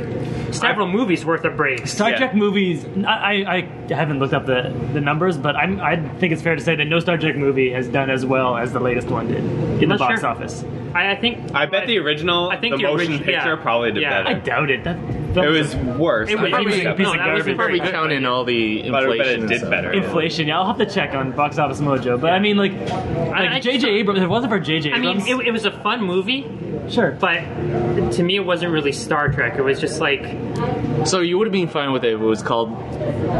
Speaker 10: Several movies worth of breaks.
Speaker 9: Star
Speaker 8: Yeah.
Speaker 9: Trek movies. I, I, I haven't looked up the, the numbers, but I'm, I think it's fair to say that no Star Trek movie has done as well as the latest one did in the
Speaker 10: Not
Speaker 9: box
Speaker 10: sure.
Speaker 9: office.
Speaker 10: I, I think
Speaker 8: I bet the original,
Speaker 10: I think
Speaker 8: the,
Speaker 10: the
Speaker 8: motion
Speaker 10: origi-
Speaker 8: picture
Speaker 10: yeah.
Speaker 8: probably did
Speaker 10: Yeah.
Speaker 9: I
Speaker 8: better.
Speaker 9: doubt it. That Films
Speaker 8: It was worse.
Speaker 9: It was-
Speaker 8: I
Speaker 9: it
Speaker 8: think
Speaker 9: was
Speaker 8: so.
Speaker 9: a piece of
Speaker 11: that was
Speaker 9: garbage.
Speaker 11: probably counting all the
Speaker 8: But
Speaker 11: inflation.
Speaker 8: it- but it
Speaker 11: and
Speaker 8: did
Speaker 11: stuff.
Speaker 8: better.
Speaker 9: Inflation, yeah, I'll have to check on Box Office Mojo, but I mean, like,
Speaker 10: I-
Speaker 9: like JJ Abrams. If it wasn't for JJ
Speaker 10: I mean,
Speaker 9: Abrams,
Speaker 10: it, it was a fun movie,
Speaker 9: sure.
Speaker 10: but to me, it wasn't really Star Trek. It was just like
Speaker 11: So you would have been fine with it if it was called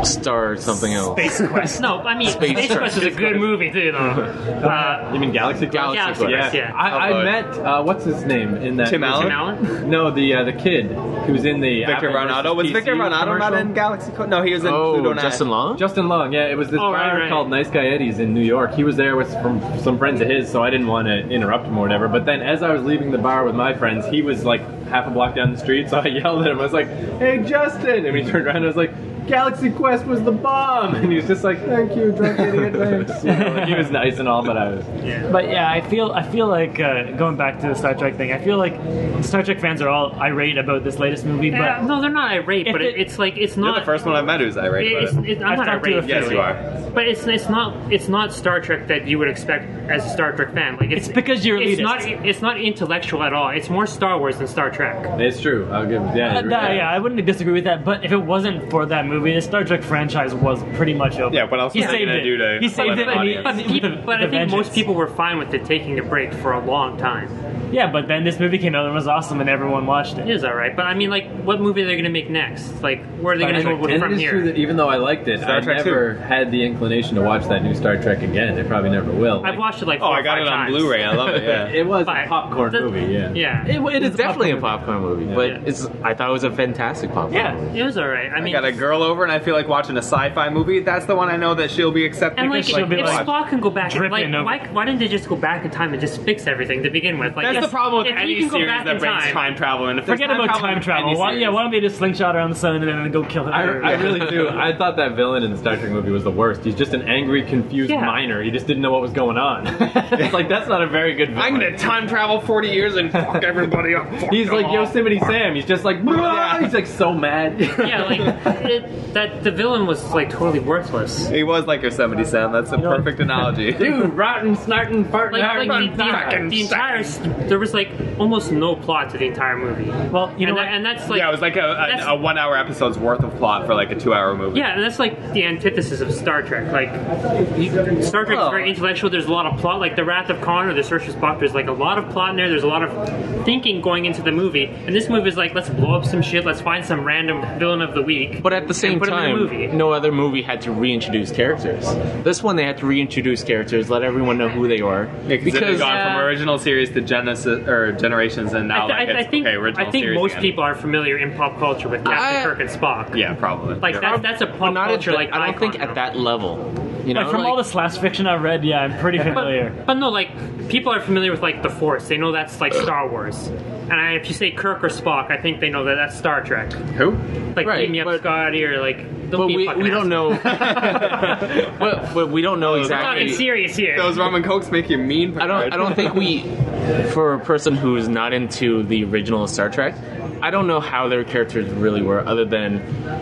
Speaker 11: Star something else.
Speaker 9: Space
Speaker 10: <laughs>
Speaker 9: Quest.
Speaker 10: no. I mean,
Speaker 11: Space
Speaker 10: Space
Speaker 11: Trek.
Speaker 10: Quest is a good movie too, though. Uh,
Speaker 7: You mean Galaxy Quest?
Speaker 11: Galaxy
Speaker 10: Galaxy
Speaker 11: Quest.
Speaker 10: Quest, yeah.
Speaker 7: I,
Speaker 8: Although-
Speaker 7: I met uh, what's his name in that
Speaker 8: Tim Allen?
Speaker 10: Tim Allen?
Speaker 7: No, the uh, the kid who's in the
Speaker 8: Victor
Speaker 7: Apple
Speaker 8: Ronaldo was
Speaker 7: versus
Speaker 8: Victor
Speaker 7: PC
Speaker 8: Ronaldo not
Speaker 7: commercial?
Speaker 8: in Galaxy Code? No, he was in Pluto
Speaker 11: Oh,
Speaker 8: Nine.
Speaker 11: Justin Long.
Speaker 7: Justin Long, yeah, it was this
Speaker 10: Oh, right,
Speaker 7: bar
Speaker 10: right.
Speaker 7: called Nice Guy Eddie's in New York. He was there with from some friends of his, so I didn't want to interrupt him or whatever. But then, as I was leaving the bar with my friends, he was like half a block down the street, so I <laughs> yelled at him. I was like, "Hey, Justin!" And he turned around and I was like, "Galaxy Quest was the bomb!" <laughs> And he was just like, "Thank you, <laughs> drunk idiot." Thanks. You know, like, he was nice and all, but I was.
Speaker 9: But yeah, I feel I feel like uh, going back to the Star Trek thing. I feel like Star Trek fans are all irate about this latest movie, but
Speaker 10: yeah, no, they're not irate,
Speaker 9: If
Speaker 10: but it,
Speaker 9: it-
Speaker 10: it's like it's
Speaker 8: You're
Speaker 10: not
Speaker 8: the first one I've met who's irate
Speaker 10: It, it's,
Speaker 8: about it.
Speaker 10: it, I'm
Speaker 9: I've
Speaker 10: not
Speaker 9: talked to
Speaker 10: irate.
Speaker 9: a
Speaker 8: Yes,
Speaker 9: few.
Speaker 8: you are.
Speaker 10: But it's it's not it's not Star Trek that you would expect as a Star Trek fan. Like it's,
Speaker 9: It's because you're
Speaker 10: it's
Speaker 9: elitist.
Speaker 10: not it's not intellectual at all. It's more Star Wars than Star Trek.
Speaker 7: It's true. I'll give. Yeah.
Speaker 9: Uh,
Speaker 7: you're
Speaker 9: no,
Speaker 7: right.
Speaker 9: yeah, I wouldn't disagree with that. But if it wasn't for that movie, the Star Trek franchise was pretty much over.
Speaker 8: Yeah, what else
Speaker 9: he
Speaker 8: was they
Speaker 9: saved
Speaker 8: gonna
Speaker 9: it.
Speaker 8: do to
Speaker 9: he saved
Speaker 8: let
Speaker 9: it.
Speaker 8: an
Speaker 9: and he-
Speaker 8: audience?
Speaker 9: with
Speaker 10: Peop-
Speaker 9: the-
Speaker 10: but I
Speaker 9: with the
Speaker 10: think most
Speaker 9: vengeance.
Speaker 10: people were fine with it taking a break for a long time.
Speaker 9: Yeah, but then this movie came out and it was awesome, and everyone watched it.
Speaker 10: It is all right. But I mean, like, what movie are they going to make next? Like, where are they going to go
Speaker 7: And
Speaker 10: from
Speaker 7: it is true
Speaker 10: here?
Speaker 7: that even though I liked it,
Speaker 8: Star
Speaker 7: I
Speaker 8: Trek
Speaker 7: never had the inclination to watch that new Star Trek again. I probably never will.
Speaker 10: I've watched it like.
Speaker 8: Oh,
Speaker 10: four
Speaker 8: I
Speaker 10: or
Speaker 8: got
Speaker 10: five
Speaker 8: it on
Speaker 10: times.
Speaker 8: Blu-ray.
Speaker 7: <laughs>
Speaker 8: I love it. Yeah.
Speaker 7: it was
Speaker 10: But
Speaker 7: a popcorn
Speaker 10: the-
Speaker 7: movie. Yeah.
Speaker 10: Yeah,
Speaker 11: It, it is
Speaker 9: It's a
Speaker 11: definitely a
Speaker 9: popcorn
Speaker 11: popcorn movie,
Speaker 10: Yeah.
Speaker 11: but it's. I thought it was a fantastic popcorn.
Speaker 9: Yeah.
Speaker 11: movie.
Speaker 10: it was all right.
Speaker 8: <laughs>
Speaker 10: I
Speaker 8: I
Speaker 10: mean,
Speaker 8: got a girl over and I feel like watching a sci-fi movie. That's the one I know that she'll be accepting.
Speaker 10: And like,
Speaker 9: she'll
Speaker 10: if
Speaker 9: be like
Speaker 10: Spock can go back,
Speaker 9: dripping
Speaker 10: like,
Speaker 9: over.
Speaker 10: why, why didn't they just go back in time and just fix everything to begin with? Like,
Speaker 8: that's
Speaker 10: yes,
Speaker 8: the problem with
Speaker 10: if
Speaker 8: any
Speaker 10: you can go
Speaker 8: series
Speaker 10: back
Speaker 8: that
Speaker 10: in
Speaker 8: brings time,
Speaker 10: time,
Speaker 8: travel in. If there's
Speaker 9: Forget about
Speaker 8: in
Speaker 9: time
Speaker 8: any
Speaker 9: travel. Why, yeah,
Speaker 8: series-
Speaker 9: why don't they just slingshot around the sun and then go kill it?
Speaker 7: I, I really do. I thought that villain in the Star Trek movie was the worst. He's just an angry, confused
Speaker 10: Yeah.
Speaker 7: miner. He just didn't know what was going on. it's like that's not a very good villain.
Speaker 8: I'm gonna time travel 40 years and
Speaker 10: <laughs>
Speaker 8: fuck everybody up. Fuck
Speaker 7: He's
Speaker 8: them
Speaker 7: like
Speaker 8: all.
Speaker 7: Yosemite Sam. He's just like, "Bruh!"
Speaker 8: Yeah.
Speaker 7: he's like so mad.
Speaker 10: <laughs> yeah, like it, that the villain was like totally worthless.
Speaker 8: He was like Yosemite Sam. That's a perfect <laughs> analogy.
Speaker 7: you rotten, snarting, farting,
Speaker 10: Like, like the, the,
Speaker 8: Fucking
Speaker 10: the entire s- there was like almost no plot to the entire movie.
Speaker 9: Well, you know what?
Speaker 10: and, that, and that's like
Speaker 8: yeah, it was like a,
Speaker 10: that's-
Speaker 8: a, a one-hour episode's worth of plot for like a two-hour movie.
Speaker 10: Yeah, and that's like the antithesis of Star Trek. Like, you, Star Trek's
Speaker 8: Oh.
Speaker 10: very intellectual. There's a lot of plot, like The Wrath of Khan or The Search for Spock. There's like a lot of plot in there. There's a lot of thinking going into the movie. And this movie is like, let's blow up some shit. Let's find some random villain of the week.
Speaker 11: But at the same
Speaker 10: and put him in
Speaker 11: time,
Speaker 10: the movie.
Speaker 11: no other movie had to reintroduce characters. This one, they had to reintroduce characters, let everyone know who they are.
Speaker 8: because it's
Speaker 11: because
Speaker 8: gone
Speaker 10: uh,
Speaker 8: from original series to Genesis or generations, and
Speaker 10: I,
Speaker 8: now
Speaker 10: th- I,
Speaker 8: like
Speaker 10: th-
Speaker 8: it's
Speaker 10: I think
Speaker 8: okay, original
Speaker 10: I think
Speaker 8: series
Speaker 10: most
Speaker 8: again.
Speaker 10: people are familiar in pop culture with Captain
Speaker 11: I-
Speaker 10: Kirk and Spock.
Speaker 8: yeah, probably.
Speaker 10: Like,
Speaker 8: Yeah.
Speaker 10: that- that's a pop
Speaker 11: Well, not at
Speaker 10: culture,
Speaker 11: the-
Speaker 10: like,
Speaker 11: I don't
Speaker 10: icon,
Speaker 11: think
Speaker 10: though.
Speaker 11: at that level. You know,
Speaker 9: Like, from
Speaker 11: like,
Speaker 9: all the slash fiction I read, yeah, I'm pretty familiar.
Speaker 10: But, but no, like people are familiar with like the Force. They know that's like Star Wars. And I, if you say Kirk or Spock, I think they know that that's Star Trek.
Speaker 8: who?
Speaker 10: Like
Speaker 11: Right,
Speaker 10: beat me up,
Speaker 11: but-
Speaker 10: Scotty, or like don't
Speaker 11: but
Speaker 10: be a
Speaker 11: we,
Speaker 10: fucking
Speaker 11: we don't
Speaker 10: asshole.
Speaker 11: know.
Speaker 9: <laughs>
Speaker 11: <laughs> but, but we don't know
Speaker 10: We're talking
Speaker 11: exactly.
Speaker 10: serious here.
Speaker 8: Those ramen cokes make you mean.
Speaker 11: I don't. I don't think
Speaker 8: <laughs>
Speaker 11: we, for a person who is not into the original Star Trek, I don't know how their characters really were. Other than,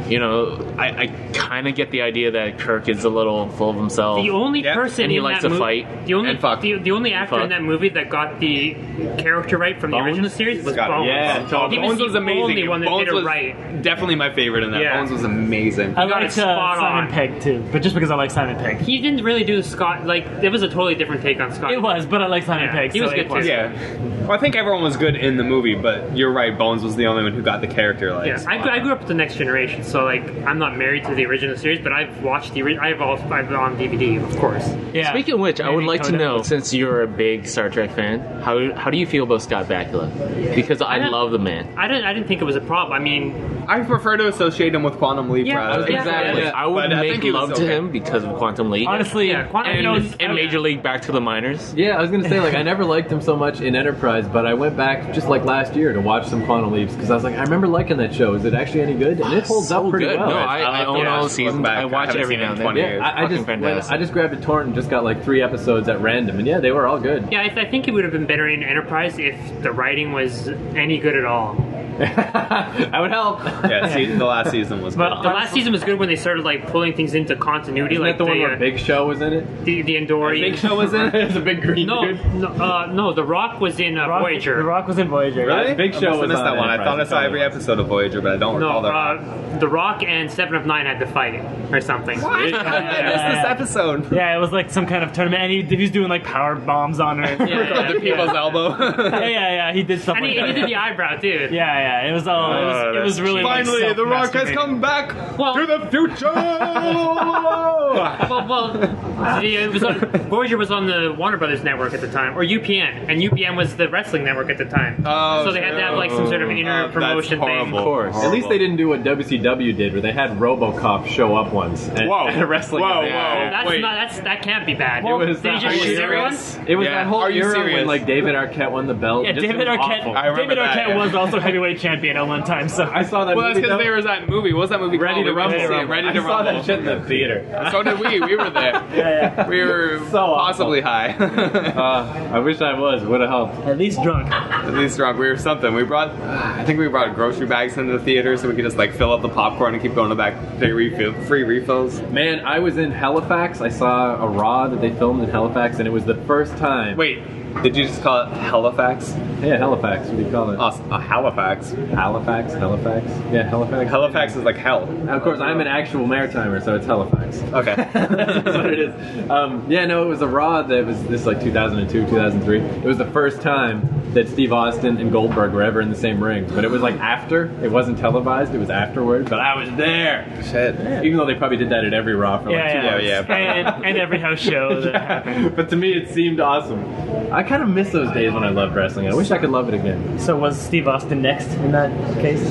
Speaker 11: you know, I, I kind of get the idea that Kirk is a little full of himself.
Speaker 10: the only
Speaker 8: Yep.
Speaker 10: person
Speaker 11: Oh. And he
Speaker 10: in
Speaker 11: likes
Speaker 10: that
Speaker 11: to
Speaker 10: mo-
Speaker 11: fight.
Speaker 10: The only
Speaker 8: And fuck.
Speaker 10: The, the only actor in
Speaker 11: fuck.
Speaker 10: that movie that got the character right from the
Speaker 11: Bones?
Speaker 10: original series was
Speaker 8: Scotty.
Speaker 10: Bones.
Speaker 7: Yeah,
Speaker 8: Oh,
Speaker 7: totally.
Speaker 10: He
Speaker 8: Bones
Speaker 10: the
Speaker 8: was amazing.
Speaker 10: only one that
Speaker 8: Bones
Speaker 10: did it
Speaker 8: was
Speaker 10: right.
Speaker 8: Definitely my favorite in that.
Speaker 10: Yeah.
Speaker 8: Bones was amazing.
Speaker 9: I
Speaker 10: you got it
Speaker 9: liked uh,
Speaker 10: spot
Speaker 9: Simon
Speaker 10: on.
Speaker 9: Pegg too, but just because I like Simon Pegg.
Speaker 10: He didn't really do Scott like it was a totally different take on Scott.
Speaker 9: It was, but I like Simon
Speaker 10: Yeah,
Speaker 9: Pegg.
Speaker 10: he
Speaker 9: so
Speaker 10: was good
Speaker 9: it was.
Speaker 10: too.
Speaker 8: Yeah. Well, I think everyone was good in the movie, but you're right. Bones was the only one who got the character. Like,
Speaker 10: Yeah, I, grew- I grew up with the next generation, so like I'm not married to the original series, but I've watched the original. I've all I've on DVD, of course.
Speaker 9: Yeah.
Speaker 11: Speaking of which, I would
Speaker 9: Maybe
Speaker 11: like to
Speaker 9: Conan.
Speaker 11: know, since you're a big Star Trek fan, how how do you feel about Scott Bakula? Because I,
Speaker 10: I don't-
Speaker 11: love the man.
Speaker 10: I didn't I didn't think it was a problem. I mean,
Speaker 8: I prefer to associate him with Quantum Leap.
Speaker 10: Yeah,
Speaker 8: rather than-
Speaker 10: yeah. Exactly.
Speaker 11: I would
Speaker 8: But I
Speaker 11: make
Speaker 8: think he was
Speaker 11: love to
Speaker 8: okay.
Speaker 11: him because of Quantum League
Speaker 9: honestly,
Speaker 10: Yeah, Quantum
Speaker 11: and,
Speaker 9: I know-
Speaker 11: and Major League Back to the Minors.
Speaker 7: <laughs> Yeah, I was gonna say like I never liked him so much in Enterprise, but I went back just like last year to watch some Quantum Leaps because I was like, I remember liking that show. Is it actually any good? And it holds
Speaker 11: so
Speaker 7: up pretty
Speaker 11: good.
Speaker 7: well.
Speaker 11: No, I, I,
Speaker 8: I
Speaker 11: own
Speaker 8: like
Speaker 11: all
Speaker 8: that.
Speaker 11: the seasons.
Speaker 8: Look back,
Speaker 11: I watch
Speaker 8: I haven't
Speaker 11: every
Speaker 8: seen
Speaker 11: now and
Speaker 8: it in
Speaker 11: then.
Speaker 8: 20
Speaker 7: yeah,
Speaker 8: years.
Speaker 7: I, I
Speaker 11: Fucking
Speaker 7: just when-
Speaker 11: fantastic.
Speaker 7: I just grabbed a torrent and just got like three episodes at random, and yeah, they were all good.
Speaker 10: yeah, I, I think it would have been better in Enterprise if the writing was any good at all.
Speaker 7: I would help.
Speaker 8: Yeah, see, the last season
Speaker 11: <laughs>
Speaker 8: was.
Speaker 10: But
Speaker 8: good.
Speaker 10: the last season was good when they started like pulling things into continuity,
Speaker 7: Isn't
Speaker 10: like
Speaker 7: that the one
Speaker 10: the,
Speaker 7: where
Speaker 10: uh,
Speaker 7: Big Show was in it?
Speaker 10: the the Endori.
Speaker 8: Big Show was in.
Speaker 7: <laughs> There's a big green
Speaker 10: No,
Speaker 7: dude.
Speaker 10: no, uh, no, The Rock was in uh,
Speaker 9: Rock,
Speaker 10: Voyager.
Speaker 9: The Rock was in Voyager.
Speaker 8: Really?
Speaker 7: Big
Speaker 8: I
Speaker 7: Show
Speaker 8: must have
Speaker 7: was
Speaker 8: missed
Speaker 7: on
Speaker 8: that one. I thought I
Speaker 7: Enterprise.
Speaker 8: saw every episode of Voyager, but I don't
Speaker 10: No,
Speaker 8: recall that.
Speaker 10: uh, The Rock and Seven of Nine had to fight it or something.
Speaker 8: I
Speaker 9: yeah, yeah.
Speaker 8: missed this episode. <laughs>
Speaker 9: Yeah, it was like some kind of tournament, and he, he was doing like power bombs on her. yeah,
Speaker 10: <laughs> yeah.
Speaker 9: <laughs>
Speaker 8: The people's
Speaker 10: <laughs>
Speaker 8: elbow.
Speaker 9: yeah, yeah, He did stuff
Speaker 10: And
Speaker 9: like
Speaker 10: he, and he
Speaker 9: that.
Speaker 10: did the eyebrow too.
Speaker 9: Yeah, yeah. It was all. It was, it was really. like,
Speaker 8: Oh, Finally, The Rock has
Speaker 9: self-masturbating.
Speaker 8: come back
Speaker 10: Well-
Speaker 8: to the
Speaker 10: <laughs>
Speaker 8: future.
Speaker 10: Well, well, yeah, it was on, Voyager was on the Warner Brothers network at the time, or UPN, and UPN was the wrestling network at the time.
Speaker 8: Oh,
Speaker 10: so they had to have like some sort of
Speaker 8: Oh,
Speaker 10: inner
Speaker 8: that's
Speaker 10: promotion thing.
Speaker 8: horrible.
Speaker 7: Of course. At least they didn't do what WCW did, where they had RoboCop show up once at, <laughs>
Speaker 3: Whoa.
Speaker 7: at a wrestling
Speaker 3: Whoa,
Speaker 7: event.
Speaker 3: whoa.
Speaker 10: That's
Speaker 8: Wait.
Speaker 10: not. That's that can't be bad.
Speaker 7: It was
Speaker 10: Did
Speaker 7: that
Speaker 10: you just
Speaker 7: whole
Speaker 10: shoot
Speaker 7: era.
Speaker 10: everyone?
Speaker 7: It was
Speaker 8: Yeah.
Speaker 7: that whole
Speaker 8: Are you
Speaker 7: era
Speaker 8: serious?
Speaker 7: when like David Arquette won the belt.
Speaker 9: Yeah,
Speaker 7: Just
Speaker 9: David
Speaker 7: it was
Speaker 9: Arquette.
Speaker 7: awful.
Speaker 8: I remember
Speaker 9: David Arquette
Speaker 8: that, yeah.
Speaker 9: was also heavyweight champion at one time. So
Speaker 7: I saw that.
Speaker 3: Well, that's
Speaker 7: movie,
Speaker 3: because
Speaker 7: though.
Speaker 3: there was that movie. What was that movie
Speaker 7: Ready
Speaker 3: called?
Speaker 7: to
Speaker 3: we went
Speaker 7: rumble.
Speaker 3: to see it, Ready
Speaker 7: I
Speaker 3: to
Speaker 7: saw
Speaker 3: rumble.
Speaker 7: that shit in the theater.
Speaker 3: So did we. We were
Speaker 7: <laughs>
Speaker 3: there.
Speaker 9: yeah,
Speaker 3: We were
Speaker 7: So awful.
Speaker 8: Possibly high.
Speaker 7: <laughs> Uh, <laughs> I wish I was. Would have helped.
Speaker 9: yeah. At least drunk.
Speaker 8: At least drunk. We were something. We brought, I think we brought grocery bags into the theater so we could just like fill up the popcorn and keep going to back take refill, free refills.
Speaker 7: Man, I was in Halifax. I saw a Raw that they filmed in Halifax, and it was the first time.
Speaker 8: Wait, did you just call it Halifax?
Speaker 7: yeah, Halifax. What do you call it?
Speaker 8: Awesome. Uh, Halifax.
Speaker 7: Halifax, Halifax. Yeah, Halifax.
Speaker 8: Halifax is like hell.
Speaker 7: Now, of course, I'm an actual maritimer, so
Speaker 9: <laughs>
Speaker 7: it's Halifax. <laughs>
Speaker 8: Okay.
Speaker 7: That's what it is. Um, yeah, no, it was a Raw that was this is like 2002, 2003. It was the first time that Steve Austin and Goldberg were ever in the same ring, but it was like after. It wasn't televised. It was afterward. But I was there,
Speaker 8: Shit.
Speaker 7: even though they probably did that at every Raw for like two
Speaker 9: Yeah, yeah,
Speaker 8: yeah, yeah.
Speaker 9: And, and every house
Speaker 7: <laughs>
Speaker 9: show that happened.
Speaker 7: but to me, it seemed awesome. I kind of miss those days when I loved wrestling. I wish I could love it again.
Speaker 9: So was Steve Austin next in that case?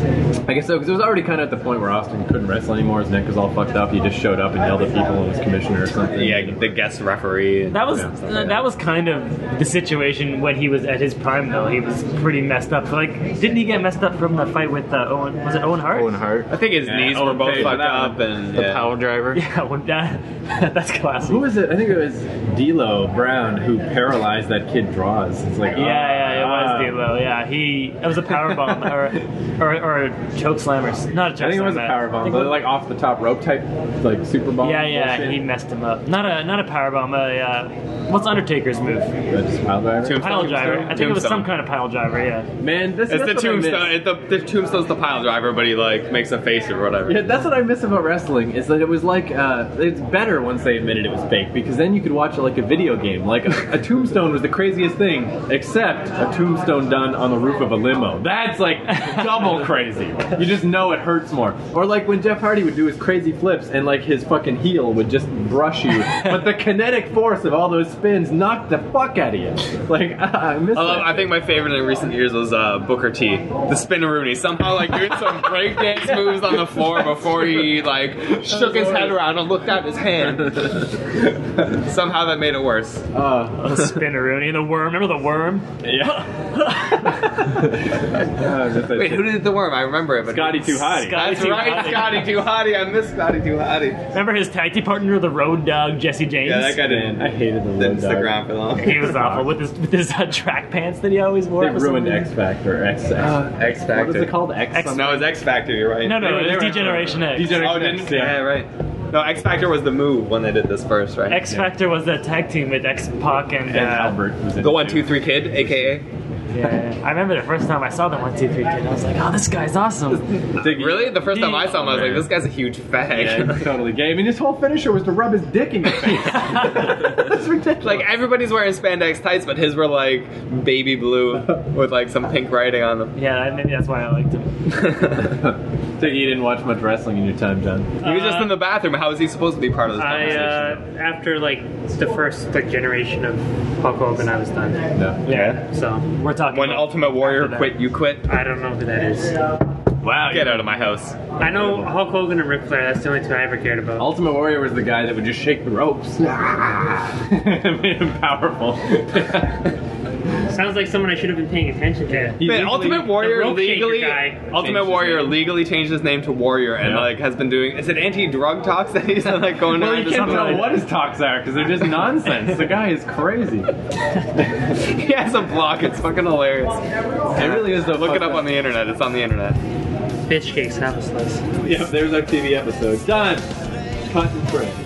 Speaker 7: I guess so, because it was already kind of at the point where Austin couldn't wrestle anymore. His neck was all fucked up. He just showed up and yelled at people and was commissioner or something.
Speaker 8: Yeah, the guest referee.
Speaker 9: That was uh,
Speaker 7: Yeah, something like
Speaker 9: that was kind of the situation when he was at his prime, though. He was pretty messed up. Like, didn't he get messed up from the fight with uh, Owen? Was it Owen Hart?
Speaker 11: Owen Hart.
Speaker 8: I think his
Speaker 7: Yeah,
Speaker 8: knees were
Speaker 7: Owen
Speaker 8: both
Speaker 7: Page,
Speaker 8: fucked
Speaker 7: that
Speaker 8: up and
Speaker 11: The
Speaker 8: yeah.
Speaker 11: power
Speaker 9: <laughs>
Speaker 11: driver.
Speaker 9: Yeah, when that, <laughs> that's classic.
Speaker 7: Who was it? I think it was D'Lo Brown who paralyzed that kid. Draws. It's like
Speaker 9: Yeah, yeah, it
Speaker 7: ah.
Speaker 9: was D'Lo. Yeah, he it was a power
Speaker 7: <laughs>
Speaker 9: bomb or or, or a choke slam or s- not a choke
Speaker 7: I think it was a
Speaker 9: slam,
Speaker 7: power
Speaker 9: I
Speaker 7: bomb,
Speaker 9: think
Speaker 7: but
Speaker 9: it-
Speaker 7: like off the top rope type, like super bomb.
Speaker 9: yeah, yeah,
Speaker 7: bullshit.
Speaker 9: he messed him up. Not a not a power bomb. A, uh, what's Undertaker's move?
Speaker 7: That's pile driver.
Speaker 8: Tombstone.
Speaker 9: Pile driver. I think it was
Speaker 8: Tombstone.
Speaker 9: some kind of pile driver. Yeah. <laughs>
Speaker 7: Man, this
Speaker 8: It's
Speaker 7: that's
Speaker 8: the
Speaker 7: what I miss.
Speaker 8: tombstone. It, the, the tombstone's the pile driver, but he like makes a face or whatever.
Speaker 7: Yeah, that's what I miss about wrestling is that it was like uh, it's better once they admitted it was fake because then you could watch it like a video game. Like a, a tombstone was the craziest thing, except a tombstone done on the roof of a limo. That's like
Speaker 8: <laughs>
Speaker 7: double crazy. You just know it hurts more. Or like when Jeff Hardy would do his crazy flips and like his fucking heel would just brush
Speaker 8: <laughs>
Speaker 7: you, but the kinetic force of all those spins knocked the fuck out of you. Like <laughs> I I miss.
Speaker 8: I, love,
Speaker 7: that.
Speaker 8: I think my favorite in recent years was uh, Booker T, the spinneroonie. Somehow, like doing <laughs> some breakdance moves on the floor before he like shook his head around and looked at his <laughs> hand. Somehow that made it worse.
Speaker 9: Oh, Spinneroonie, the worm. Remember the worm?
Speaker 7: <laughs> Uh, just like-
Speaker 8: Wait, who did the worm? I remember it. But
Speaker 7: Scotty Too Hotty.
Speaker 9: Scotty
Speaker 8: That's
Speaker 9: Too
Speaker 8: right,
Speaker 9: Hotty.
Speaker 8: Scotty Too Hotty. I miss Scotty Too Hotty.
Speaker 9: Remember his tag team partner, the Road Dog, Jesse James?
Speaker 8: Yeah, that guy
Speaker 7: Man,
Speaker 8: didn't,
Speaker 7: I hated the
Speaker 8: didn't
Speaker 7: Road
Speaker 8: stick
Speaker 7: Dog.
Speaker 8: around for long.
Speaker 9: He was awful with his with his uh, track pants that he always wore.
Speaker 7: They
Speaker 9: for some
Speaker 7: ruined
Speaker 9: reason.
Speaker 7: X Factor. X. X-
Speaker 8: X Factor.
Speaker 7: What is it called? X.
Speaker 9: X-
Speaker 8: No, it's Uh, X Factor. You're right.
Speaker 9: No, no,
Speaker 7: They
Speaker 9: it was
Speaker 7: were-
Speaker 9: Degeneration X.
Speaker 8: Oh,
Speaker 7: Degeneration
Speaker 8: didn't?
Speaker 7: X,
Speaker 8: Yeah.
Speaker 7: yeah.
Speaker 8: right. No, X Factor was the move when they did this first, right?
Speaker 9: X Factor was that tag team with X Pac and,
Speaker 7: And
Speaker 9: uh,
Speaker 7: Albert was in
Speaker 8: The
Speaker 7: it,
Speaker 8: one,
Speaker 7: too.
Speaker 8: two, three kid, aka.
Speaker 9: Yeah, yeah. I remember the first time I saw the one two three kid. I was like, oh, this guy's
Speaker 8: <laughs>
Speaker 9: awesome.
Speaker 7: Ziggy.
Speaker 8: Really? The first time I saw him, I was like, this guy's a huge
Speaker 7: Yeah,
Speaker 8: fag.
Speaker 7: he's <laughs> totally gay. I mean, his whole finisher was to rub his dick in your
Speaker 8: <laughs>
Speaker 7: face. That's ridiculous.
Speaker 8: like, everybody's wearing spandex tights, but his were like baby blue with like some pink writing on them.
Speaker 9: yeah, maybe that's why I liked him.
Speaker 7: <laughs> so you didn't watch much wrestling in your time, John.
Speaker 8: He was just
Speaker 10: Uh,
Speaker 8: in the bathroom. How is he supposed to be part of this
Speaker 10: I
Speaker 8: conversation?
Speaker 10: uh, after like the first like generation of Hulk Hogan, I was done.
Speaker 7: No.
Speaker 8: yeah.
Speaker 10: So
Speaker 9: We're talking
Speaker 8: When
Speaker 9: about
Speaker 8: Ultimate Warrior
Speaker 9: after that.
Speaker 8: quit, you quit.
Speaker 10: I don't know who that is.
Speaker 7: Wow.
Speaker 8: Get out of my house.
Speaker 10: I know Hulk Hogan and Ric Flair. That's the only two I ever cared about.
Speaker 7: Ultimate Warrior was the guy that would just <laughs>
Speaker 8: <laughs>
Speaker 7: shake the ropes. Made him powerful.
Speaker 10: Sounds like someone I should have been paying attention to.
Speaker 8: Man, Ultimate Warrior
Speaker 10: the rope shaker
Speaker 8: legally,
Speaker 10: guy.
Speaker 8: Ultimate Warrior legally changed his name to Warrior, and like has been doing. Is it anti-drug talks that he's been, like going
Speaker 7: well,
Speaker 8: around
Speaker 7: you
Speaker 8: to
Speaker 7: can't
Speaker 8: something
Speaker 7: tell
Speaker 8: like-
Speaker 7: what his talks are because they're just nonsense. the guy is crazy.
Speaker 8: <laughs> he has a blog. It's fucking hilarious. It really is. Though. Look it up on the internet. It's on the internet.
Speaker 10: Bitch cakes, hapless.
Speaker 7: <laughs> Yep, there's our TV episode. Done. Cut and print.